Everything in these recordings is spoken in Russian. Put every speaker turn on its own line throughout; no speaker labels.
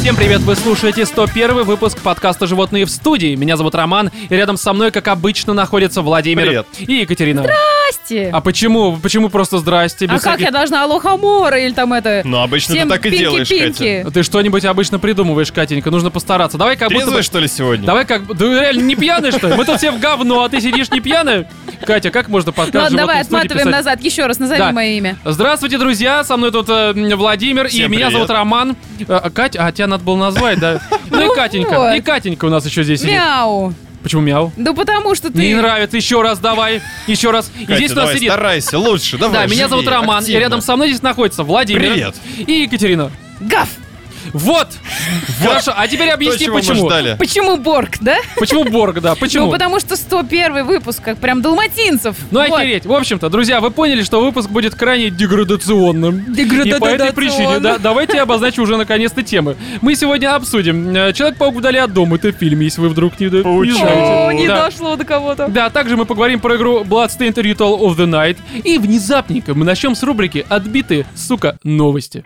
Всем привет, вы слушаете 101 выпуск подкаста «Животные в студии». Меня зовут Роман, и рядом со мной, как обычно, находятся Владимир
Привет.
и Екатерина.
Здрасте.
А почему? Почему просто здрасте?
А
без
как
всяких-
я должна алохамора или там это...
а
Ну, обычно
всем
ты так и
пинки-пинки?
делаешь, Катя.
Ты что-нибудь обычно придумываешь, Катенька, нужно постараться. Давай как будто бы...
Трезвый, что ли, сегодня?
Давай как... Да вы реально не пьяный, что ли? Мы тут все в говно, а ты сидишь не пьяная? Катя, как можно подкаст
Ну, Ладно,
«Животные
давай
в студии»
отматываем
писать?
назад. Еще раз назови
Да.
мое имя.
Здравствуйте, друзья! Со мной тут э, Владимир и
Всем
меня
привет.
зовут Роман. Э, Катя, а тебя надо было назвать, да? Ну и
Ну
Катенька.
вот.
И Катенька у нас еще здесь сидит.
Мяу.
Почему мяу?
Да потому что ты...
Не нравится, еще раз давай, еще раз. И
Катя,
здесь у нас
давай,
сидит.
старайся, лучше, давай,
Да, меня зовут
живее,
Роман, и
активно.
рядом со мной здесь находится Владимир.
Привет.
И Екатерина.
Гав.
Вот! Хорошо, а теперь
То,
объясни,
чего мы
почему.
ждали.
Почему Борг, да?
Почему Борг, да,
Ну,
почему?
потому что 101 выпуск, как прям далматинцев.
Ну,
Вот.
охереть. В общем-то, друзья, вы поняли, что выпуск будет крайне деградационным. И по этой
Деградационным.
причине, да, давайте я обозначу уже наконец-то темы. Мы сегодня обсудим э, «Человек-паук вдали от дома». Это фильм, если вы вдруг не, не
Паучок.
знаете.
О, не
ну, Да.
дошло до кого-то.
Да, также мы поговорим про игру Bloodstained Ritual of the Night. И внезапненько мы начнем с рубрики «Отбитые, сука, новости».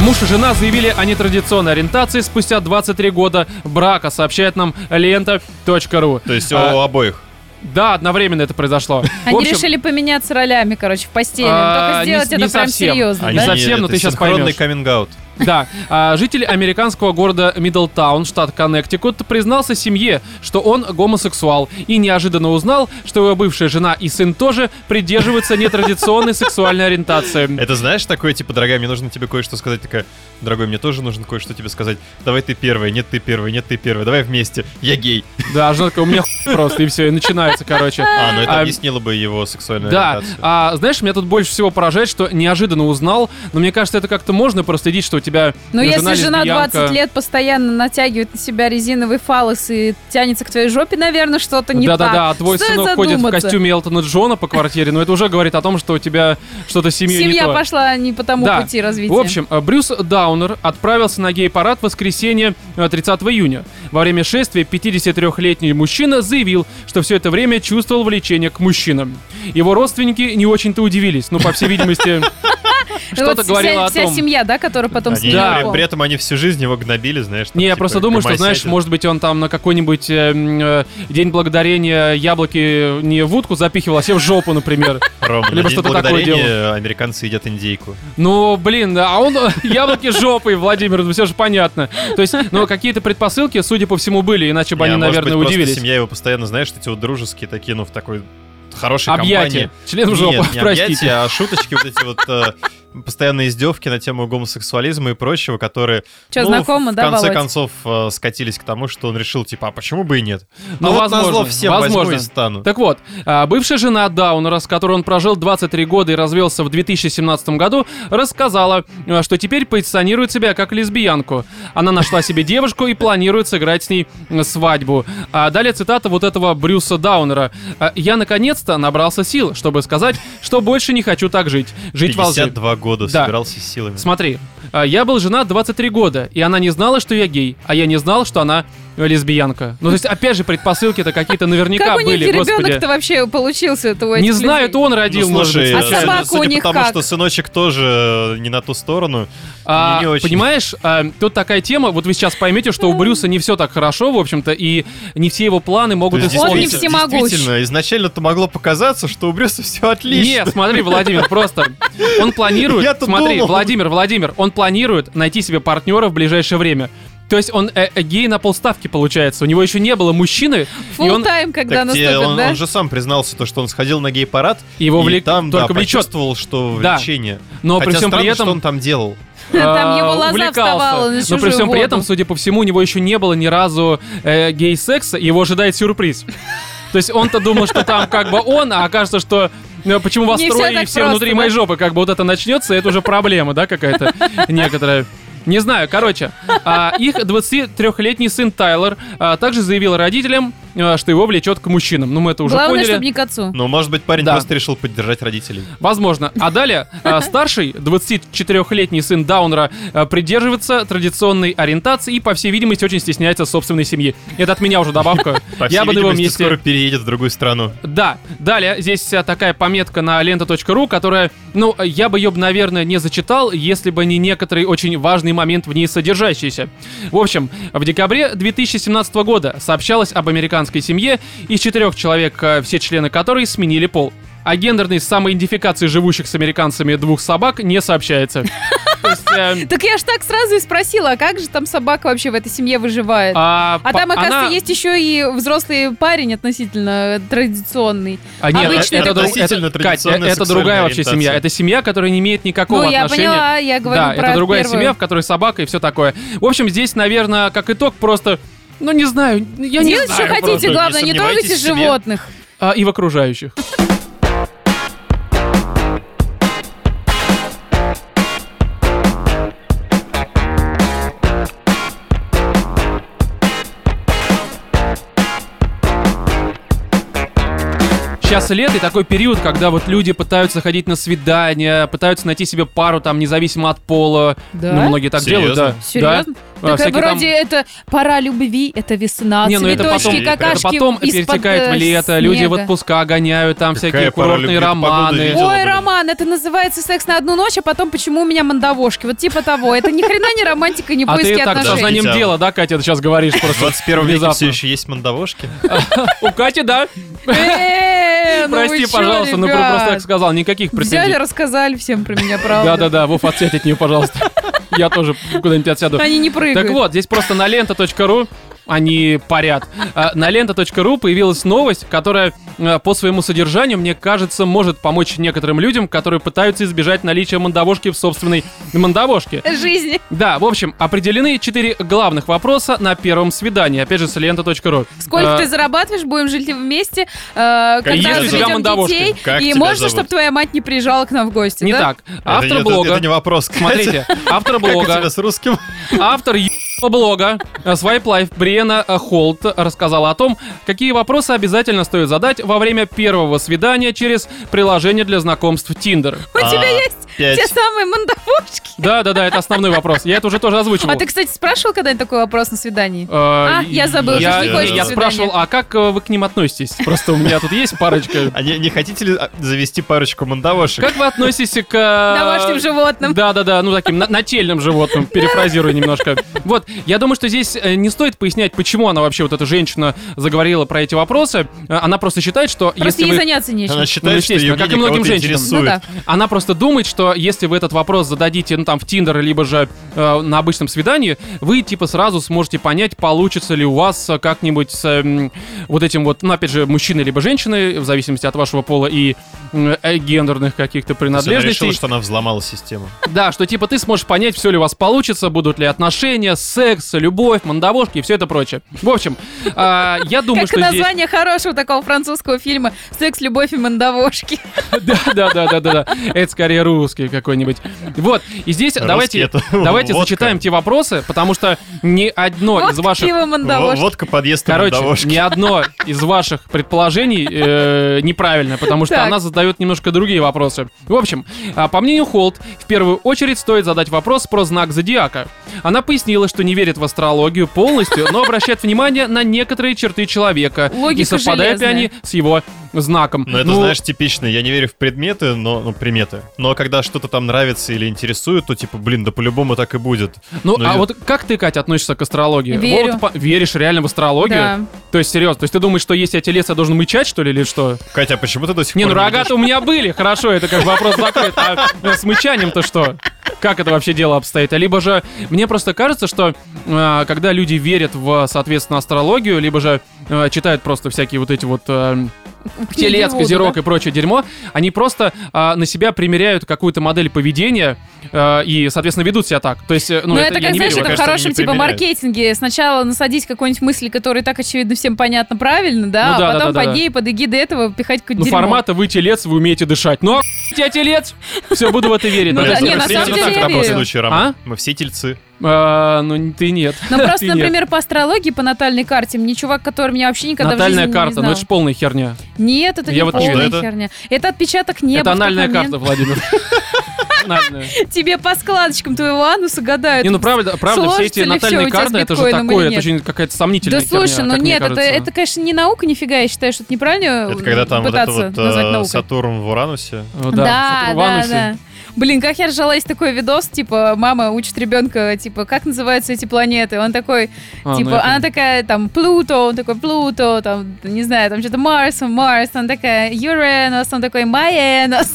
Муж и жена заявили о нетрадиционной ориентации спустя 23 года брака, сообщает нам лента.ру.
То есть
А,
у обоих.
да, одновременно это произошло.
Они
В общем,
решили поменяться ролями, короче, в постели.
А,
Только
не-
сделать
не
это прям
совсем.
серьезно,
Они
да?
за- совсем, но
это
ты щас
синхронный
поймешь.
каминг-аут.
Да, а, житель американского города Миддлтаун, штат Коннектикут, признался семье, что он гомосексуал, и неожиданно узнал, что его бывшая жена и сын тоже придерживаются нетрадиционной сексуальной ориентации.
Это знаешь такое, типа, дорогая, мне нужно тебе кое-что сказать. Такая, дорогой, мне тоже нужно кое-что тебе сказать. Давай ты первая, нет, ты первая, нет, ты первая. Давай вместе. Я гей.
Да, жена такая, у меня хуй просто, и все, и начинается, короче.
А, ну это
А,
объяснило бы его сексуальную
Да,
ориентацию.
а знаешь, меня тут больше всего поражает, что неожиданно узнал, но мне кажется, это как-то можно проследить, что у тебя
Ну,
э,
если жена
лесбиянка.
20 лет постоянно натягивает на себя резиновый фалос и тянется к твоей жопе, наверное, что-то не так.
Да-да-да, а твой
Стоит
сынок ходит в
задуматься.
костюме Элтона Джона по квартире, но это уже говорит о том, что у тебя что-то семья не
Семья
то.
пошла не по тому
Да.
пути развития.
В общем, э, Брюс Даунер отправился на гей-парад в воскресенье э, 30 июня. Во время шествия 53-летний мужчина заявил, что все это время чувствовал влечение к мужчинам. Его родственники не очень-то удивились, ну, по всей видимости,
Ну,
что-то
вот
говорила
вся,
о
вся
том.
семья, да, которая потом с
Они-
ним
Да.
при,
знакома.
при этом они всю жизнь его гнобили, знаешь. там,
Не, я
типа,
просто думаю, что,
«Гомосятин».
знаешь, может быть, он там на какой-нибудь э, м, э, День Благодарения яблоки не в утку запихивал, а себе в жопу, например.
Ром, на
либо
День
что-то такое
благодарения американцы едят индейку.
Ну, блин, а он э, яблоки жопой, Владимир, ну все же понятно. То есть, ну, какие-то предпосылки, судя по всему, были, иначе бы
Не,
они,
а может
наверное,
быть, просто
удивились.
Семья его постоянно, знаешь, эти вот дружеские такие, ну, в такой хорошей
Объятия.
компании.
Член в жопу,
Нет, не
простите.
объятия, а шуточки вот эти вот э, постоянные издевки на тему гомосексуализма и прочего, которые,
Чё,
ну,
знакомо,
в
да,
конце
Володь?
концов, э, скатились к тому, что он решил, типа, а почему бы и нет?
Ну,
а вот
возможно,
назло всем возьму
возможно.
и стану.
Так вот, а, бывшая жена Даунера, с которой он прожил 23 года и развелся в 2017 году, рассказала, э, что теперь позиционирует себя как лесбиянку. Она нашла себе девушку и планирует сыграть с ней э, свадьбу. А далее цитата вот этого Брюса Даунера. «А, «Я наконец-то набрался сил, чтобы сказать, что больше не хочу так жить. Жить во лжи».
52 года
Да.
собирался силами.
Смотри, э, я был женат 23 года, и она не знала, что я гей, а я не знал, что она э, лесбиянка. Ну, то есть, опять же, предпосылки-то какие-то наверняка
как у них
были, господи.
ребенок-то вообще получился? -то у
Не
этих
знаю,
людей?
это он родил,
ну,
может быть,
слушай,
А
э,
случайно.
собака
судя
у них
по тому,
как?
что сыночек тоже э, не на ту сторону,
А,
не очень.
Понимаешь, а, тут такая тема, вот вы сейчас поймете, что у Брюса не все так хорошо, в общем-то, и не все его планы могут
То есть
Он не
исполниться.
действительно-
всемогущ.
Действительно, изначально-то могло показаться, что у Брюса все отлично.
Нет, смотри, Владимир, просто он планирует,
Я-то
смотри,
думал.
Владимир, Владимир, он планирует найти себе партнера в ближайшее время. То есть он э, э, гей на полставки получается. У него еще не было мужчины, и он
Фулл-тайм, когда
Так те-
наступит,
он,
да?
он же сам признался, то, что он сходил на гей-парад,
его
и
влек,
там да,
только влечет.
почувствовал, что
Да.
влечение.
Но
Хотя
при всем
странно,
при этом
что он там делал.
Там
э,
его лоза
увлекался.
вставала на
Но при
чужую
всем при
воду.
этом, судя по всему, у него еще не было ни разу э, гей-секса, и его ожидает сюрприз. То есть он-то думал, что там как бы он, а окажется, что э, почему вас
Не всё
трое и
так
все
просто,
внутри
да?
моей жопы, как бы вот это начнется, это уже проблема, да, какая-то некоторая. Не знаю, короче, а, их 23-летний сын Тайлор а, также заявил родителям, э, что его влечет к мужчинам. Ну, мы это уже
Главное,
поняли.
чтобы не к отцу.
Ну, может быть, парень
Да.
просто решил поддержать родителей.
Возможно. А далее э, старший, 24-летний сын Даунера, э, придерживается традиционной ориентации и, по всей видимости, очень стесняется собственной семьи. Это от меня уже добавка.
По всей
Я бы на его
видимости,
месте...
скоро переедет в другую страну.
Да, далее здесь э, такая пометка на лента.ру, которая, ну, э, я бы ее, наверное, не зачитал, если бы не некоторый очень важный момент в ней содержащийся. В общем, в декабре 2017 года сообщалось об американской семье из четырех человек, э, все члены которой сменили пол. О гендерной самоидентификации живущих с американцами двух собак не сообщается. То есть, э,
Так я ж так сразу и спросила, а как же там собака вообще в этой семье выживает? А,
по-
там, оказывается,
она-
есть еще и взрослый парень относительно традиционный.
А, нет, это,
обычно это
друг-
относительно
это- Кать,
традиционная
это другая
сексуальная
вообще семья.
ориентация.
Это семья, которая не имеет никакого
ну, я
отношения.
поняла, я говорю
да,
про
это другая
первую.
семья, в которой собака и все такое. В общем, здесь, наверное, как итог, просто. Ну, не знаю, я не знаю.
Делайте, что
просто,
хотите,
не
главное, не
сомневайтесь
трогайте
в себе.
животных.
А, и в окружающих. Сейчас лето и такой период, когда вот люди пытаются ходить на свидания, пытаются найти себе пару там независимо от пола.
Да?
Ну, многие так
Серьезно?
делают, да.
Серьезно?
Да. А,
Такая
всякие там-
вроде это пора любви, это весна,
Не, ну это
А цветочки,
потом- это
какашки
это потом
из-под,
перетекает в
э,
лето, а
снега.
люди в отпуска гоняют, там
Какая
всякие
пора
курортные
любви, погода
романы.
видела,
Ой,
блин.
Роман, это называется секс на одну ночь, а потом почему у меня мандавошки? Вот типа того. Это ни хрена не романтика, не
А ты
поиски
так
отношения.
сознанием
Хотя бы.
дела, да, Катя, ты сейчас говоришь
В
просто.
21 веке
Внезапно.
все еще есть мандавошки.
У Кати, да?
Э, ну вы
Прости,
чё,
пожалуйста, ну
ребят?
просто так сказал, никаких
Взяли,
претензий.
рассказали всем про меня, правда.
Да-да-да, Вов, отсядь от нее, пожалуйста. Я тоже куда-нибудь отсяду.
Они не
Так
прыгают.
вот, здесь просто на лента.ру они парят. А, На лента.ру появилась новость, которая э, по своему содержанию, мне кажется, может помочь некоторым людям, которые пытаются избежать наличия мандавошки в собственной мандавошке.
Жизни.
Да, в общем, определены четыре главных вопроса на первом свидании. Опять же, с лента.ру.
Сколько
Э,
ты зарабатываешь, будем жить вместе, э,
Конечно.
когда
Есть у тебя
заведем
мандавошки.
детей,
Как
и
тебя
можно,
зовут?
чтобы твоя мать не приезжала к нам в гости,
Не
да?
так.
Это-
Автор
это-
блога.
Это не вопрос. Катя.
Смотрите, автор
Как у тебя
блога,
с русским?
автор ебаного блога э, Swipe Life Бриена э, Холт рассказала о том, какие вопросы обязательно стоит задать во время первого свидания через приложение для знакомств Tinder.
У
А,
тебя есть
пять.
те самые мандавошки?
Да-да-да, это основной вопрос. Я это уже тоже озвучивал.
А ты, кстати, спрашивал когда-нибудь такой вопрос на свидании?
Э,
А, я забыл,
ты
я,
же не ходишь на
я
свидания.
спрашивал, а как э, вы к ним относитесь? Просто у меня тут есть парочка.
А не, не хотите ли а, завести парочку мандавошек?
Как вы относитесь к... э,
Домашним животным.
Да-да-да, ну таким на- нательным животным, перефразирую немножко. Вот, я думаю, что здесь э, не стоит пояснять, почему она вообще, вот эта женщина, заговорила про эти вопросы. Э, Она просто считает, что
Просто
если
ей
вы...
заняться нечем.
Она считает, что
ну, естественно,
ее
как и
мнение
многим
кого-то
женщинам.
Ну да.
интересует.
Она просто думает, что если вы этот вопрос зададите, ну там в Тиндер, либо же э, на обычном свидании, вы типа сразу сможете понять, получится ли у вас э, как-нибудь с эм, вот этим вот, ну опять же, мужчиной либо женщиной, в зависимости от вашего пола и м, э, гендерных каких-то
То есть Она решила,
принадлежностей.
что она взломала систему.
Да, что типа ты сможешь понять, все ли у вас получится, будут ли отношения, секс, любовь, мандавошки и все это прочее. В общем, а, я думаю,
Как
что здесь...
название хорошего такого французского фильма «Секс, любовь и мандавошки».
Да, да, да, да, да, да. Это скорее русский какой-нибудь. Вот, и здесь
Русский
давайте,
это
давайте
водка.
зачитаем те вопросы, потому что ни одно
Вот
из ваших...
пиво
Во-
мандавошки.
Водка подъезд и
Короче, ни
мандавошки.
одно из ваших предположений э, неправильно, потому что
Так.
она задает немножко другие вопросы. В общем, а, по мнению Холт, в первую очередь стоит задать вопрос про знак зодиака. Она пояснила, что не верит в астрологию полностью, но обращает внимание на некоторые черты человека. и
Логика
совпадают ли
железная.
они с его знаком.
Но это,
Ну,
знаешь, типично. Я не верю в предметы, но ну, приметы. Но когда что-то там нравится или интересует, то типа, блин, да по-любому так и будет.
Ну,
Ну,
а
я-
вот как ты, Катя, относишься к астрологии?
Верю.
Вот по- веришь реально в астрологию?
Да.
То есть, серьезно, то есть ты думаешь, что если я тебе лес, я должен мычать, что ли, или что?
Катя, а почему ты до сих
Не,
пор
ну
ведёшь-
рогаты у меня были, хорошо, это как бы вопрос закрыт. А э, с мычанием-то что? Как это вообще дело обстоит? А Либо же, мне просто кажется, что э, когда люди верят в, соответственно, астрологию, либо же э, читают просто всякие вот эти вот э, телец,
Воду,
козерог
да.
и прочее дерьмо, они просто э, на себя примеряют какую-то модель поведения э, и, соответственно, ведут себя так. То есть, э, ну,
Ну,
это,
это,
я
как,
не
знаешь,
верю в
это
это.
это
Кажется,
в
они
хорошем
не
типа
применяют.
маркетинге. Сначала насадить какую-нибудь мысль, которая так, очевидно, всем понятно правильно, да,
Ну да,
а
да,
потом
да, да,
под
да.
ней, под эгидой этого пихать какую-то
Ну,
дерьмо.
формата вы телец, вы умеете дышать. Ну, Я телец. Все, буду в это верить.
Ну
да.
да, не, на
Мы все
самом
тельцы в
деле
таком
верю.
случае, Рома.
А?
Мы все тельцы.
А, Ну, ты нет.
Ну просто,
Ты нет.
например, по астрологии, по натальной карте, мне чувак, который меня вообще никогда в
Натальная
жизни
карта,
не
ну
знал.
это ж полная херня.
Нет, это
Я
не
вот не
полная
верю.
херня. Это отпечаток неба.
Это
в тот
анальная
момент.
карта, Владимир. Анальная.
Тебе по складочкам твоего ануса гадают.
Не, ну правда, правда, все
сложится
эти
ли всё
натальные
у тебя с
карты, это же
биткоином или
такое, это
нет?
очень какая-то сомнительная
Да слушай,
херня,
ну
как мне
нет, это,
кажется.
это, конечно, не наука, нифига, я считаю, что это
Э,
неправильно
Это когда там вот это
пытаться
вот
назвать
э,
наукой.
Сатурн в Уранусе.
Ну
Да,
Сатурн в
да,
анусе.
да. Блин, как я ржала, есть такой видос, типа, мама учит ребенка, типа, как называются эти планеты? Он такой,
А, ну
типа,
это-
она такая, там, Плуто, он такой, Плуто, там, не знаю, там что-то Марс, Марс, он такая, Юренос, он такой, Майенос.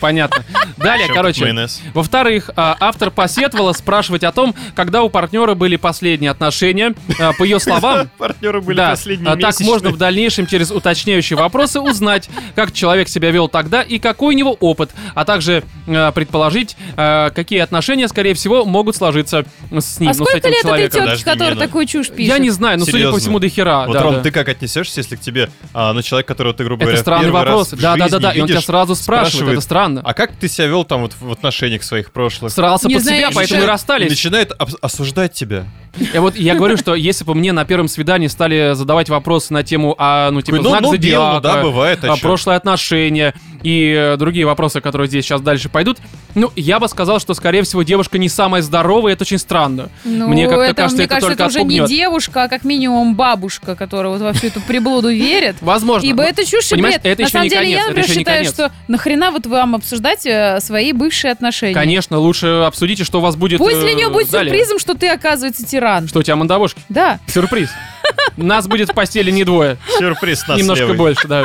Понятно. Далее,
Чё,
короче,
майонез.
Во-вторых, а, автор посетовала спрашивать о том, когда у партнера были последние отношения. А, По ее словам,
Партнеры были
да, а,
последние
так
месячные.
можно в дальнейшем через уточняющие вопросы узнать, как человек себя вел тогда и какой у него опыт, а также э, предположить, э, какие отношения, скорее всего, могут сложиться с ним, ну,
А
с
сколько
этим
лет этой
человеком.
Подожди
тетке, которая
минуту.
такую чушь пишет?
Я не знаю, но судя по
Серьезно?
всему, до хера.
Вот,
да,
Ром,
да.
ты как отнесешься, если к тебе, а, ну, человек, которого ты, грубо
Это
говоря,
странный
первый раз
вопрос.
в
Да, да, да,
жизни
да. И он тебя
видишь,
сразу спрашивает. Это странно.
А ну, как ты себя вел там вот в отношениях своих прошлых?
Срался
Не
под
знаю,
себя,
я
поэтому и
начинает-
расстались.
Начинает об- осуждать тебя.
Я вот я говорю, что если бы мне на первом свидании стали задавать вопросы на тему, а ну типа
Такой, ну,
знак
ну, бил, ну,
зодиака,
да, бывает, а
а,
чё?
прошлые отношения и э, другие вопросы, которые здесь сейчас дальше пойдут, ну я бы сказал, что скорее всего девушка не самая здоровая, это очень странно.
Ну,
Мне как-то
это,
кажется,
мне
это
кажется,
только
это уже не
отпугнет.
девушка, а как минимум бабушка, которая вот во всю эту приблуду верит.
Возможно.
Ибо
Но-
это чушь и
понимаешь,
бред.
это
На
еще
самом
не
деле,
конец,
я,
это
например,
еще не
считаю,
конец.
что нахрена вот вам обсуждать э, свои бывшие отношения?
Конечно, лучше обсудите, что у вас будет.
Пусть для
э,
нее будет
далее.
сюрпризом, что ты, оказывается, тиран.
Что у тебя мандавошки?
Да.
Сюрприз. Нас будет в постели не двое.
Сюрприз нас
Немножко
левый.
больше, да.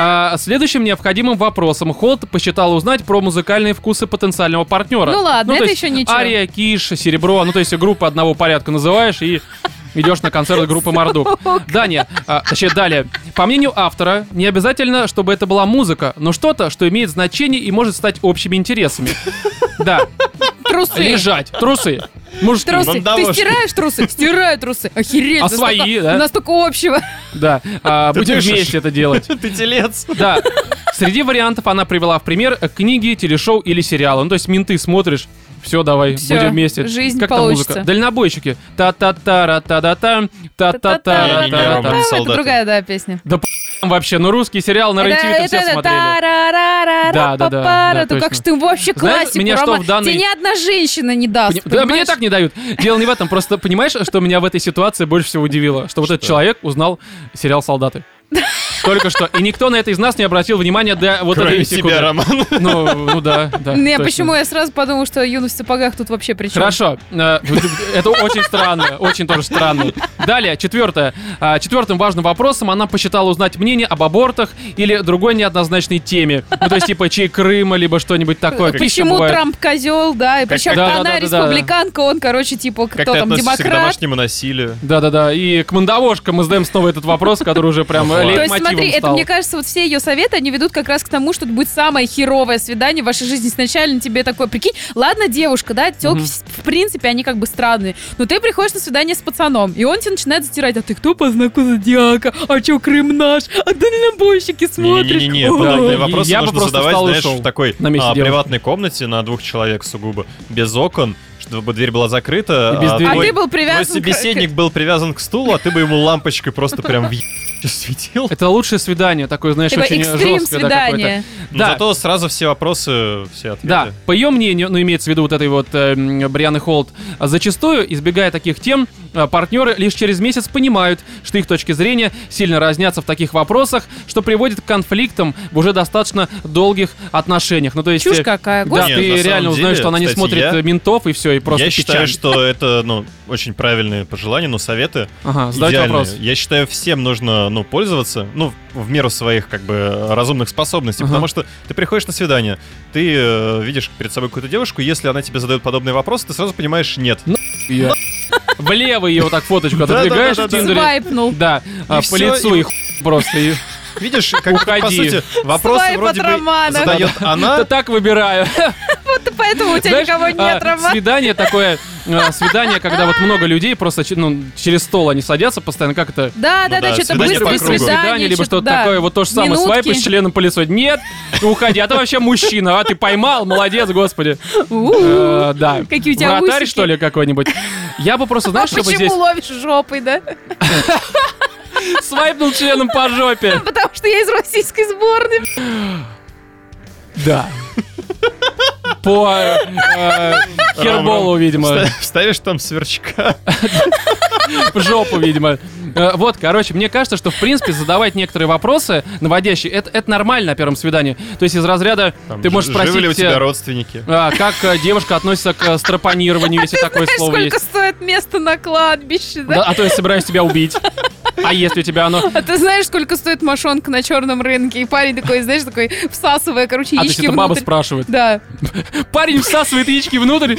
А, следующим необходимым вопросом Холд посчитал узнать про музыкальные вкусы потенциального партнера.
Ну ладно,
то
это
есть
еще ничего.
Ария, Киш, Серебро, ну то есть группы одного порядка называешь и идешь на концерт группы Мордук. Дания, а, точнее, далее. По мнению автора, не обязательно, чтобы это была музыка, но что-то, что имеет значение и может стать общими интересами. Да,
Трусы.
лежать, трусы, мужские.
Трусы. Ты
Мандавошки.
стираешь трусы? Стираю трусы. Охереть.
А
у нас
свои,
столько-
да?
У нас столько общего.
Да, а,
Ты
будем
дышишь?
вместе это делать.
Ты телец.
Да. Среди вариантов она привела в пример э, книги, телешоу или сериалы. Ну, то есть менты смотришь, все, давай,
Всё,
будем вместе.
жизнь
как там
получится.
музыка? Дальнобойщики. Та-та-та-ра-та-да-там,
Не-не-не,
та-та-та-ра-та-да-там.
Рома.
Это
солдаты.
другая, да, песня.
Вообще, ну русский сериал на рен
Это-
тв
это-
все
это
смотрели.
тарарарара,
Да, да, да,
папара.
да,
Ну как
точно.
же ты вообще
Знаешь,
классику,
меня что
Рома?
в данной-
Тебе ни одна женщина не
Пони-
даст,
Да, мне
понимаешь?
так не дают. Дело не в этом. Просто понимаешь, что меня в этой ситуации больше всего удивило? Что вот этот человек узнал сериал «Солдаты». Только что. И никто на это из нас не обратил внимания до вот
Кроме
этой
тебя,
секунды.
Роман.
Ну, ну да, да.
Не,
точно.
почему я сразу подумал, что юность в сапогах тут вообще при чем?
Хорошо. Э, Это очень странно. Очень тоже странно. Далее, четвертое. А, Четвертым важным вопросом она посчитала узнать мнение об абортах или другой неоднозначной теме. Ну, то есть, типа, чей Крыма, либо что-нибудь такое. Какие
Почему
бывают?
Трамп козел, да, и причем
да, да, да, да,
она республиканка, он, короче, типа, кто
Как ты
там,
относишься к
демократ.
домашнему насилию?
Да-да-да, и к мандавошкам мы задаем снова этот вопрос, который уже прям
Ну,
лейтмотивом
ладно.
То есть, смотри, это,
стал.
мне кажется, вот все ее советы, они ведут как раз к тому, что это будет самое херовое свидание в вашей жизни. Сначала тебе такое, прикинь, ладно, девушка, да, тёлки,
Мгм.
в в принципе, они как бы странные, но ты приходишь на свидание с пацаном, и он тебе начинает затирать, а ты кто по знаку зодиака, а чё, Крым наш, а дальнобойщики смотришь.
Не-не-не,
О.
подобные
да.
вопросы
Я бы
нужно
просто
задавать,
встал и
знаешь,
ушел
в такой
на месте
а,
девушки.
приватной комнате на двух человек сугубо, без окон, чтобы дверь была закрыта.
И без двери.
а
Ой,
ты был
твой
привязан к-
собеседник был привязан к стулу, а ты бы ему лампочкой просто прям в е- светил.
Это лучшее свидание, такое, знаешь,
к- типа,
очень
экстрим
жесткое. да, какое-то.
свидание.
Но
Да.
Зато сразу все вопросы, все ответы.
Да, по ее мнению, ну имеется в виду вот этой вот э, м, Брианы Холт, а, зачастую, избегая таких тем, а, партнеры лишь через месяц понимают, что их точки зрения сильно разнятся в таких вопросах, что приводит к конфликтам в уже достаточно долгих отношениях. Ну то есть... э,
Чушь какая,
Да,
господи.
Нет,
ты
на самом
реально узнаешь,
деле,
что она не
кстати,
смотрит
я-
э, ментов и все, и просто
Я считаю,
печаль.
что это, ну, очень правильные пожелания, но советы
Ага, задавайте
идеальные.
вопрос.
Я считаю, всем нужно, ну, пользоваться, ну, в в меру своих, как бы, разумных способностей,
Ага.
потому что ты приходишь на свидание, ты э, видишь перед собой какую-то девушку, если она тебе задает подобные вопросы, ты сразу понимаешь, нет.
Я- Влево ее вот так фоточку
Да-да-да-да-да.
отодвигаешь в Тиндере.
Свайпнул.
Да, а, по
всё,
лицу
и-
и хуй просто. и-
Видишь, как
Уходи.
по сути, вопросы
Свайп
вроде
от
бы
Романа.
задает
Да
она,
так выбираю.
вот ты поэтому у тебя
Знаешь,
никого
а,
нет, Роман.
Свидание такое, а, свидание, когда вот много людей просто че- ну, через стол они садятся постоянно, как это?
Да,
Ну
да, да,
да,
что-то
свидание по
быстрое
кругу.
свидание.
либо
чё-то,
что-то
да.
такое, вот то же самое, свайпы
Минутки.
с членом по лицу. Нет, уходи, а ты вообще мужчина, а ты поймал, молодец, господи.
У-у-у.
Э, Да.
Какие у тебя
Вратарь,
усики.
что ли, какой-нибудь? Я бы просто,
А
знаешь, чтобы здесь
почему ловишь жопой, да?
свайпнул членом по жопе.
Потому что я из российской сборной.
Да. По э, херболу, видимо.
Вста- Вставишь там сверчка.
в жопу, видимо. Э, Вот, короче, мне кажется, что, в принципе, задавать некоторые вопросы, наводящие, это, это нормально на первом свидании. То есть из разряда
Там,
ты
ж-
можешь спросить,
Живы ли у
э,
тебя родственники?
а, как э, девушка относится к э, страпонированию, если такое
Знаешь,
слово
сколько
есть.
стоит место на кладбище,
Да,
да?
а то я собираюсь тебя убить. А если у тебя оно...
А ты знаешь, сколько стоит мошонка на черном рынке? И парень такой, знаешь, такой, всасывая, короче,
А то
яички
что-то баба
внутрь.
спрашивает.
Да.
Парень всасывает яички внутрь.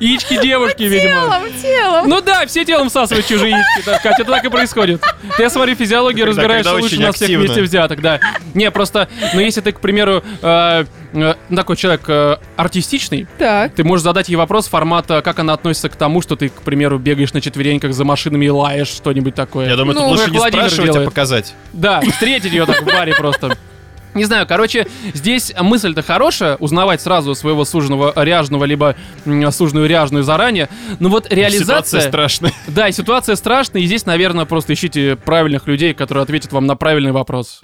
Яички девушки, видимо.
Телом, телом.
Ну да, все телом всасывают чужие яички, да, Катя, так и происходит. Ты, я смотрю, физиологию
Когда-
разбираешься
когда
лучше
очень
нас всех
активно.
вместе взяток, да. Не, просто, ну если ты, к примеру, э, э, такой человек э, артистичный,
Так.
ты можешь задать ей вопрос формата, как она относится к тому, что ты, к примеру, бегаешь на четвереньках за машинами и лаешь, что-нибудь такое.
Я думаю,
Ну,
тут лучше
как
не
Владимир
спрашивать, а
делает.
показать.
Да, встретить ее так в баре просто. Не знаю, короче, здесь мысль-то хорошая, узнавать сразу своего суженого ряжного, либо м, суженую ряжную заранее. Но вот
Ситуация
реализация...
страшная.
Да, и ситуация страшная, и здесь, наверное, просто ищите правильных людей, которые ответят вам на правильный вопрос.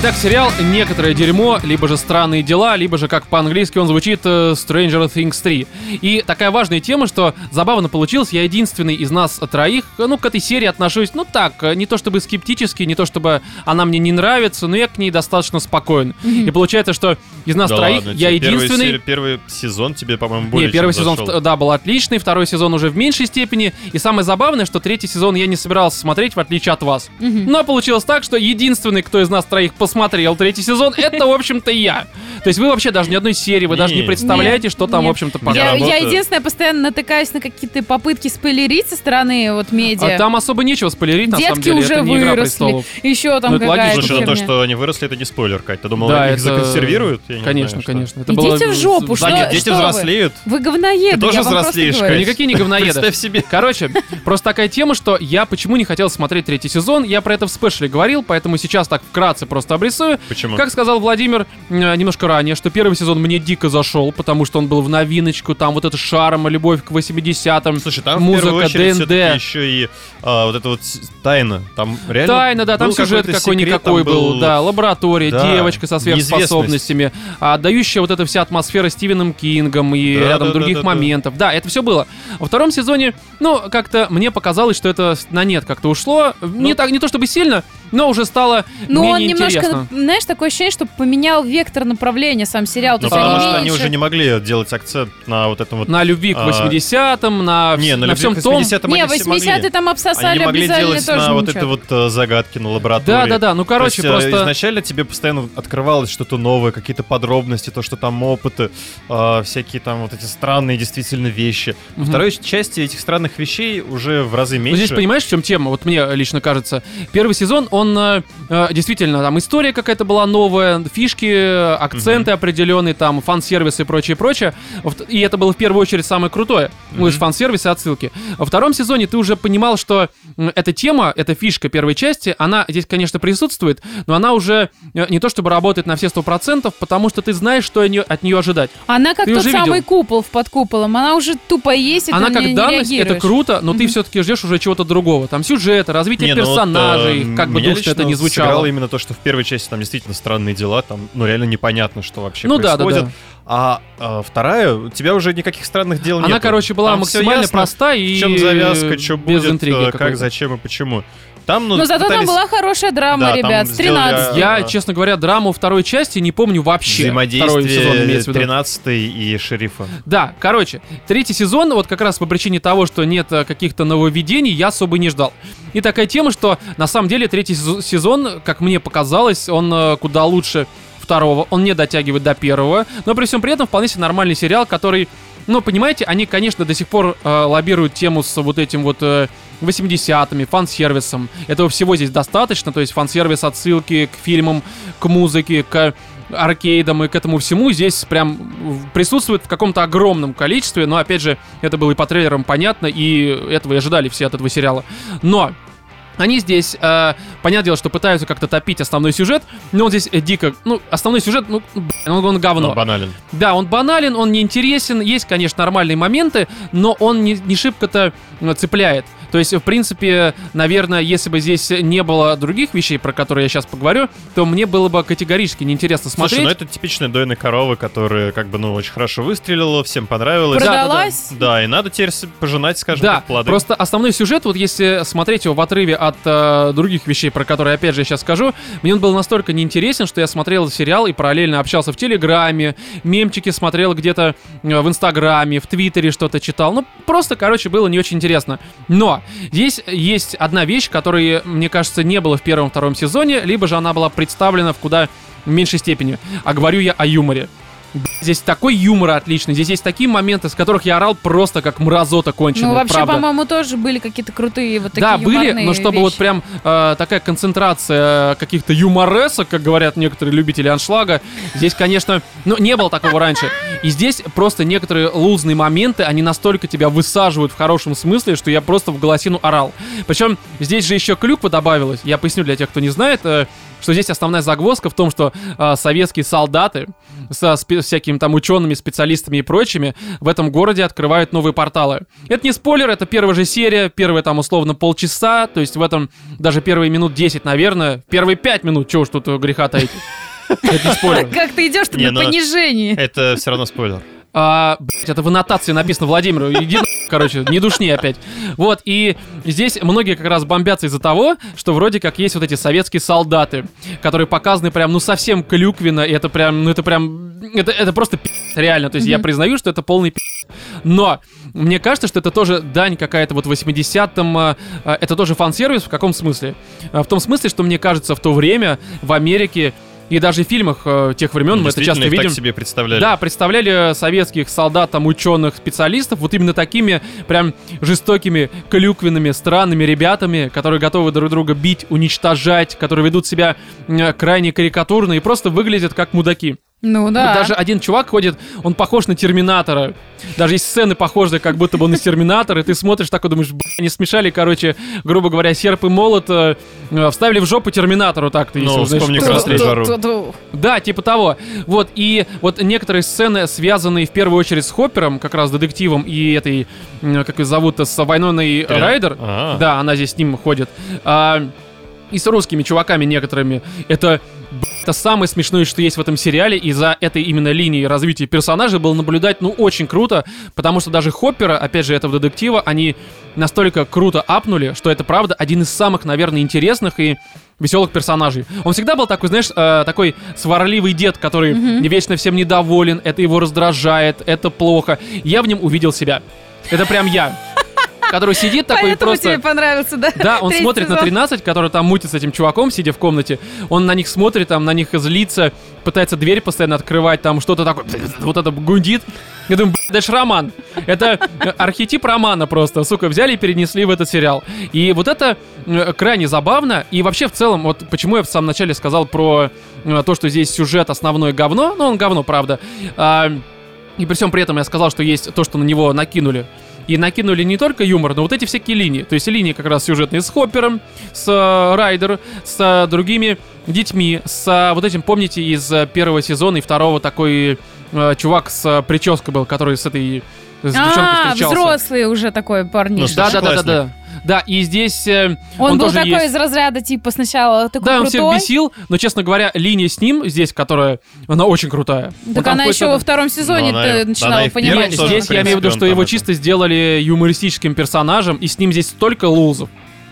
Итак, сериал «Некоторое дерьмо», либо же «Странные дела», либо же, как по-английски он звучит, э, «Stranger Things 3». И такая важная тема, что забавно получилось, я единственный из нас троих, э, ну, к этой серии отношусь, ну, так, э, не то чтобы скептически, не то чтобы она мне не нравится, но я к ней достаточно спокоен. И получается, что из нас
Да
троих
ладно,
я
тебе первая
единственный...
серия- Первый сезон тебе, по-моему,
Не,
более
первый
чем
сезон,
зашел.
вт- да, был отличный, второй сезон уже в меньшей степени. И самое забавное, что третий сезон я не собирался смотреть, в отличие от вас. Но получилось так, что единственный, кто из нас троих посмотрел третий сезон, это, в общем-то, я. То есть вы вообще даже ни одной серии, вы даже не
Не.
представляете, что там, в
Нет.
общем-то,
Я
Я,
показано.
я
работаю.
единственное, постоянно натыкаюсь на какие-то попытки спойлерить со стороны вот медиа.
А там особо нечего спойлерить, на самом
Детки
деле,
уже
это не «Игра
выросли.
престолов».
Еще
Ну,
там
это логично.
какая-то
Слушай, ну то,
херня.
что они выросли, это не спойлер, Кать. Ты думал,
Да,
их
это-
законсервируют? Я не
Конечно,
знаю, что.
конечно. Это
Идите
было-
в жопу,
Да
Да
нет,
нет, дети
что вы?
взрослеют.
Вы говноеды,
Ты тоже
я вам просто
взрослеешь,
Да
говорю.
Кать.
Ну, Никакие не говноеды.
Представь себе.
Короче, просто такая тема, что я почему не хотел смотреть третий сезон, я про это в спешле говорил, поэтому сейчас так вкратце просто обрисую.
Почему?
Как сказал Владимир э, немножко ранее, что первый сезон мне дико зашел, потому что он был в новиночку, там вот это шарма, любовь к 80-м,
Слушай, там в
музыка,
первую очередь
ДНД.
все-таки еще и а, вот эта вот с- тайна. Там реально
Тайна, да, там
был
сюжет
какой-то
какой-никакой
секрет, там
был, да, лаборатория,
Да,
девочка со сверхспособностями, а, дающая вот эта вся атмосфера Стивеном Кингом и
Да,
рядом
да,
других
да, да, да.
моментов. Да. это все было. Во втором сезоне, ну, как-то мне показалось, что это с- на нет как-то ушло.
Ну.
не, так, не то чтобы сильно, но уже стало
Ну, он
менее
немножко,
интересно.
знаешь, такое ощущение, что поменял вектор направления сам сериал. То
Ну,
есть
потому
они
что они
меньше-
уже не могли делать акцент на вот этом вот...
На любви к
А,
80-м, на, вс-
Не, на,
на
любви
всем
к
том.
80-м
Не,
они все могли.
80-е там
Они
обсосали
не могли
обрезали
делать
тоже
на вот
ничего.
это вот э, загадки на лаборатории.
Да, да, да. Ну, короче,
То есть, э,
просто.
Изначально тебе постоянно открывалось что-то новое, какие-то подробности, то, что там опыты, э, всякие там вот эти странные действительно вещи. Во
Мгм.
второй части этих странных вещей уже в разы
Ну,
меньше.
здесь понимаешь, в чем тема? Вот мне лично кажется. Первый сезон, он э, э, действительно, там история какая-то была новая, фишки, э, акценты определенные, там фан-сервис и прочее, прочее. Во вт- И это было в первую очередь самое крутое. Ну, из
Мгм.
фан-сервиса и отсылки. Во втором сезоне ты уже понимал, что м, эта тема, эта фишка первой части, она здесь, конечно, присутствует, но она уже э, не то чтобы работает на все 100%, потому что ты знаешь, что о неё- от нее ожидать.
Она как
Ты
тот
уже
самый
видел?
купол в под куполом. Она уже тупо есть, и
она
ты
как
на неё не
данность, это
реагируешь.
круто, но ты все-таки ждешь уже чего-то другого. Там сюжета, развитие
Не, ну вот,
персонажей,
э,
как бы
меня
душно это
лично
не
сыграло
звучало.
именно то, что в первой части там действительно странные дела, там, ну, реально непонятно, что вообще
Ну да, да,
происходит.
да.
А, э, вторая, у тебя уже никаких странных дел нет.
Она, короче, была максимально проста и
В чем завязка, что
без
будет,
интриги
э,
какой-то.
как, зачем и почему. Там, ну,
Но зато там
пытались
была хорошая драма,
Да, там
ребят, с
сделали,
13.
Я,
Да.
честно говоря, драму второй части не помню вообще. Второй сезон
взаимодействие
имеется в виду.
13 и шерифа.
Да, короче, третий сезон, вот как раз по причине того, что нет э, каких-то нововведений, я особо не ждал. И такая тема, что на самом деле третий сезон, как мне показалось, он э, куда лучше второго, он не дотягивает до первого, но при всем при этом вполне себе нормальный сериал, который, ну, понимаете, они, конечно, до сих пор э, лоббируют тему с вот этим вот э, 80-ми, фан-сервисом. Этого всего здесь достаточно, то есть фан-сервис, отсылки к фильмам, к музыке, к аркейдам и к этому всему здесь прям в- присутствует в каком-то огромном количестве, но, опять же, это было и по трейлерам понятно, и этого и ожидали все от этого сериала. Но они здесь, э, понятное дело, что пытаются как-то топить основной сюжет, но он здесь э, дико, ну, основной сюжет, ну, блин, он, он говно.
Он Ну, банален.
Да, он банален, он неинтересен, есть, конечно, нормальные моменты, но он не, не шибко-то э, цепляет. То есть, в принципе, наверное, если бы здесь не было других вещей, про которые я сейчас поговорю, то мне было бы категорически неинтересно смотреть.
Слушай, ну это типичная дойная корова, которая как бы, ну, очень хорошо выстрелила, всем понравилось.
да, да.
Продалась?
Да, и надо теперь с- пожинать, скажем
да,
так, плоды.
просто основной сюжет, вот если смотреть его в отрыве от э, других вещей, про которые, опять же, я сейчас скажу, мне он был настолько неинтересен, что я смотрел сериал и параллельно общался в Телеграме, мемчики смотрел где-то э, в Инстаграме, в Твиттере что-то читал. Ну, просто, короче, было не очень интересно. Но здесь есть одна вещь, которой, мне кажется, не было в первом-втором сезоне, либо же она была представлена в куда меньшей степени. А говорю я о юморе. Б***ь, Здесь такой юмор отличный, здесь есть такие моменты, с которых я орал просто как мразота конченая,
Ну, вообще,
правда.
по-моему, тоже были какие-то крутые вот такие
Да, были,
юморные
но чтобы вот
вещи.
прям э, такая концентрация э, каких-то юморесок, как говорят некоторые любители аншлага, здесь, конечно, ну, не было такого раньше. И здесь просто некоторые лузные моменты, они настолько тебя высаживают в хорошем смысле, что я просто в голосину орал. Причем здесь же еще клюква добавилась. Я поясню для тех, кто не знает, э, что здесь основная загвоздка в том, что э, советские солдаты со спе- всякими там учеными, специалистами и прочими в этом городе открывают новые порталы. Это не спойлер, это первая же серия, первые там условно полчаса, то есть в этом даже первые минут 10, наверное, первые 5 минут, чего уж тут греха таить. Это не спойлер.
Как ты идешь то
Не,
на
ну,
понижении?
Это все равно спойлер.
А, блядь, это в аннотации написано Владимиру. Иди на- короче, не душни опять. Вот, и здесь многие как раз бомбятся из-за того, что вроде как есть вот эти советские солдаты, которые показаны прям, ну, совсем клюквенно, и это прям, ну, это прям, это, это просто пи***, реально. То есть я
Мгм.
признаю, что это полный пи***. Но мне кажется, что это тоже дань какая-то вот 80-м, э, э, это тоже фан-сервис в каком смысле? Э, В том смысле, что мне кажется, в то время в Америке и даже в фильмах э, тех времен мы это
Действительно,
часто
их
видим.
так себе представляли.
Да, представляли советских солдат, там, ученых, специалистов вот именно такими прям жестокими, клюквенными, странными ребятами, которые готовы друг друга бить, уничтожать, которые ведут себя м, крайне карикатурно и просто выглядят как мудаки.
Ну да.
Вот Даже один чувак ходит, он похож на Терминатора. Даже есть сцены похожие, как будто бы он из Терминатора, и ты смотришь так и думаешь, «Б***ь, они смешали, короче, грубо говоря, серп и молот, э, э, вставили в жопу Терминатору так-то. если
Ну,
вы, знаете,
вспомни
что-
«Красную
Тру- тру-
жару».
тру- тру.
да, типа того. Вот, и вот некоторые сцены, связанные в первую очередь с Хоппером, как раз детективом, и этой, м, как ее зовут, с Вайноной
Трин-
Райдер.
А.
Да, она здесь с ним ходит. А, и с русскими чуваками некоторыми. Это, б***ь, это самое смешное, что есть в этом сериале, и за этой именно линией развития персонажа было наблюдать, ну, очень круто, потому что даже Хоппера, опять же, этого детектива, они настолько круто апнули, что это, правда, один из самых, наверное, интересных и веселых персонажей. Он всегда был такой, знаешь, э, такой сварливый дед, который вечно всем недоволен, это его раздражает, это плохо. Я в нем увидел себя. Это прям я. Который сидит такой и
Поэтому
просто...
тебе понравился, да?
Да, он
Третий
смотрит на
сезон.
13, который там мутит с этим чуваком, сидя в комнате. Он на них смотрит, там на них злится, пытается дверь постоянно открывать, там что-то такое, вот это гундит. Я думаю, «Блин, это ж роман. Это э, архетип романа просто, сука, взяли и перенесли в этот сериал. И вот это э, крайне забавно. И вообще в целом, вот почему я в самом начале сказал про э, то, что здесь сюжет основное говно, ну он говно, правда. А, и при всем при этом я сказал, что есть то, что на него накинули. И накинули не только юмор, но вот эти всякие линии. То есть линии как раз сюжетные с Хоппером, с э, Райдер, с э, другими детьми, с э, вот этим, помните, из э, первого сезона и второго такой э, чувак с э, прической был, который с этой с девчонкой
А,
встречался.
взрослый уже такой парниш.
Ну,
Да, да, да, да, да. Да, и здесь э,
Он, был
тоже
такой
есть.
из разряда, типа, сначала такой
Да, он всех
крутой.
бесил, но, честно говоря, линия с ним здесь, которая, она очень крутая. Он
Так
там Ну,
она
хоть
еще
это-
во втором сезоне
она
ты
и- она
начинала
и в первом
понимать.
Нет,
тоже,
здесь
в
я имею в
принципе,
виду,
он
что
там
его
это.
чисто сделали юмористическим персонажем и с ним здесь столько лузов.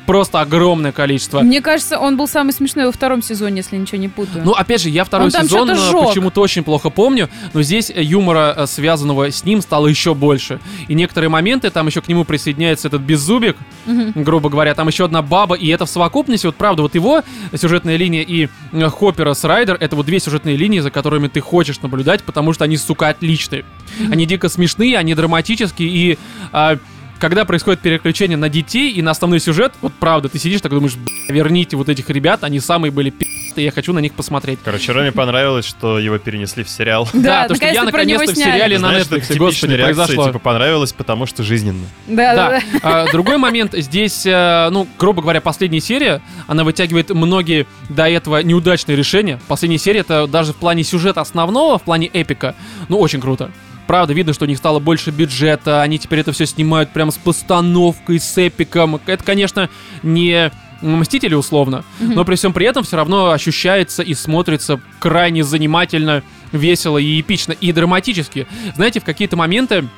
просто огромное количество.
Мне кажется, он был самый смешной во втором сезоне, если ничего не путаю.
Ну, опять же, я второй
Он там
сезон
что-то
э,
жёг.
почему-то очень плохо помню, но здесь э, юмора, э, связанного с ним, стало еще больше. И некоторые моменты, там еще к нему присоединяется этот беззубик,
Мгм.
грубо говоря, там еще одна баба, и это в совокупности, вот правда, вот его сюжетная линия и э, Хоппера с Райдер, это вот две сюжетные линии, за которыми ты хочешь наблюдать, потому что они, сука, отличные. Они дико смешные, они драматические, и а, когда происходит переключение на детей и на основной сюжет, вот правда, ты сидишь так думаешь, «Бля, верните вот этих ребят, они самые были пи***ты, я хочу на них посмотреть.
Короче, Роме понравилось, что его перенесли в сериал.
Да, то, что я
наконец-то про него
наконец-то в
сняли.
сериале- Или на
Знаешь,
Netflix,
это типичная
господи,
реакция,
произошло.
типа, понравилось, потому что жизненно.
Да, да,
Да.
да.
А, другой момент. Здесь, э, ну, грубо говоря, последняя серия, она вытягивает многие до этого неудачные решения. Последняя серия, это даже в плане сюжета основного, в плане эпика, ну, очень круто. Правда, видно, что у них стало больше бюджета, они теперь это все снимают прям с постановкой, с эпиком. Это, конечно, не Мстители условно, но при всем при этом все равно ощущается и смотрится крайне занимательно, весело и эпично, и драматически. Знаете, в какие-то моменты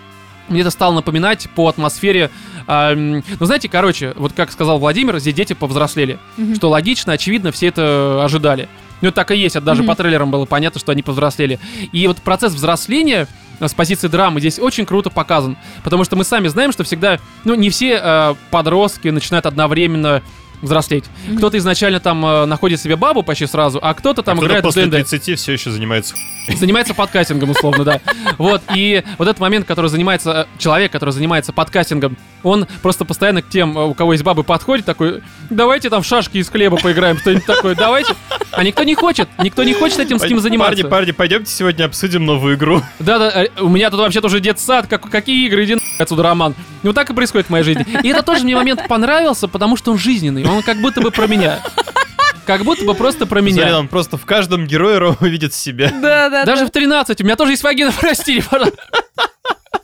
мне это стало напоминать по атмосфере. а, м, ну, знаете, короче, вот как сказал Владимир, здесь дети повзрослели.
Мгм.
Что логично, очевидно, все это ожидали. Ну, так и есть, это даже
Мгм.
по трейлерам было понятно, что они повзрослели. И вот процесс взросления э, с позиции драмы здесь очень круто показан. Потому что мы сами знаем, что всегда, ну, не все э, подростки начинают одновременно взрослеть.
Мгм.
Кто-то изначально там э, находит себе бабу почти сразу, а кто-то там
а кто-то
играет в
после
ДНД.
30 все еще занимается
Занимается подкастингом, условно, да. Вот, и вот этот момент, который занимается, э, человек, который занимается подкастингом, он просто постоянно к тем, э, у кого есть бабы, подходит такой, давайте там в шашки из хлеба поиграем, что-нибудь такое, давайте. А никто не хочет, никто не хочет этим с ним
Пар-
заниматься.
Парни, парни, пойдемте сегодня обсудим новую игру.
Да-да, э, у меня тут вообще-то уже детсад, как, какие игры, иди нахуй отсюда, Роман. Ну так и происходит в моей жизни. И это тоже мне момент понравился, потому что он жизненный, он как будто бы про меня. Как будто бы просто про меня.
Смотри, там просто в каждом герое Рома видит себя.
Да, да,
Даже в 13. У меня тоже есть вагина, прости, пожалуйста.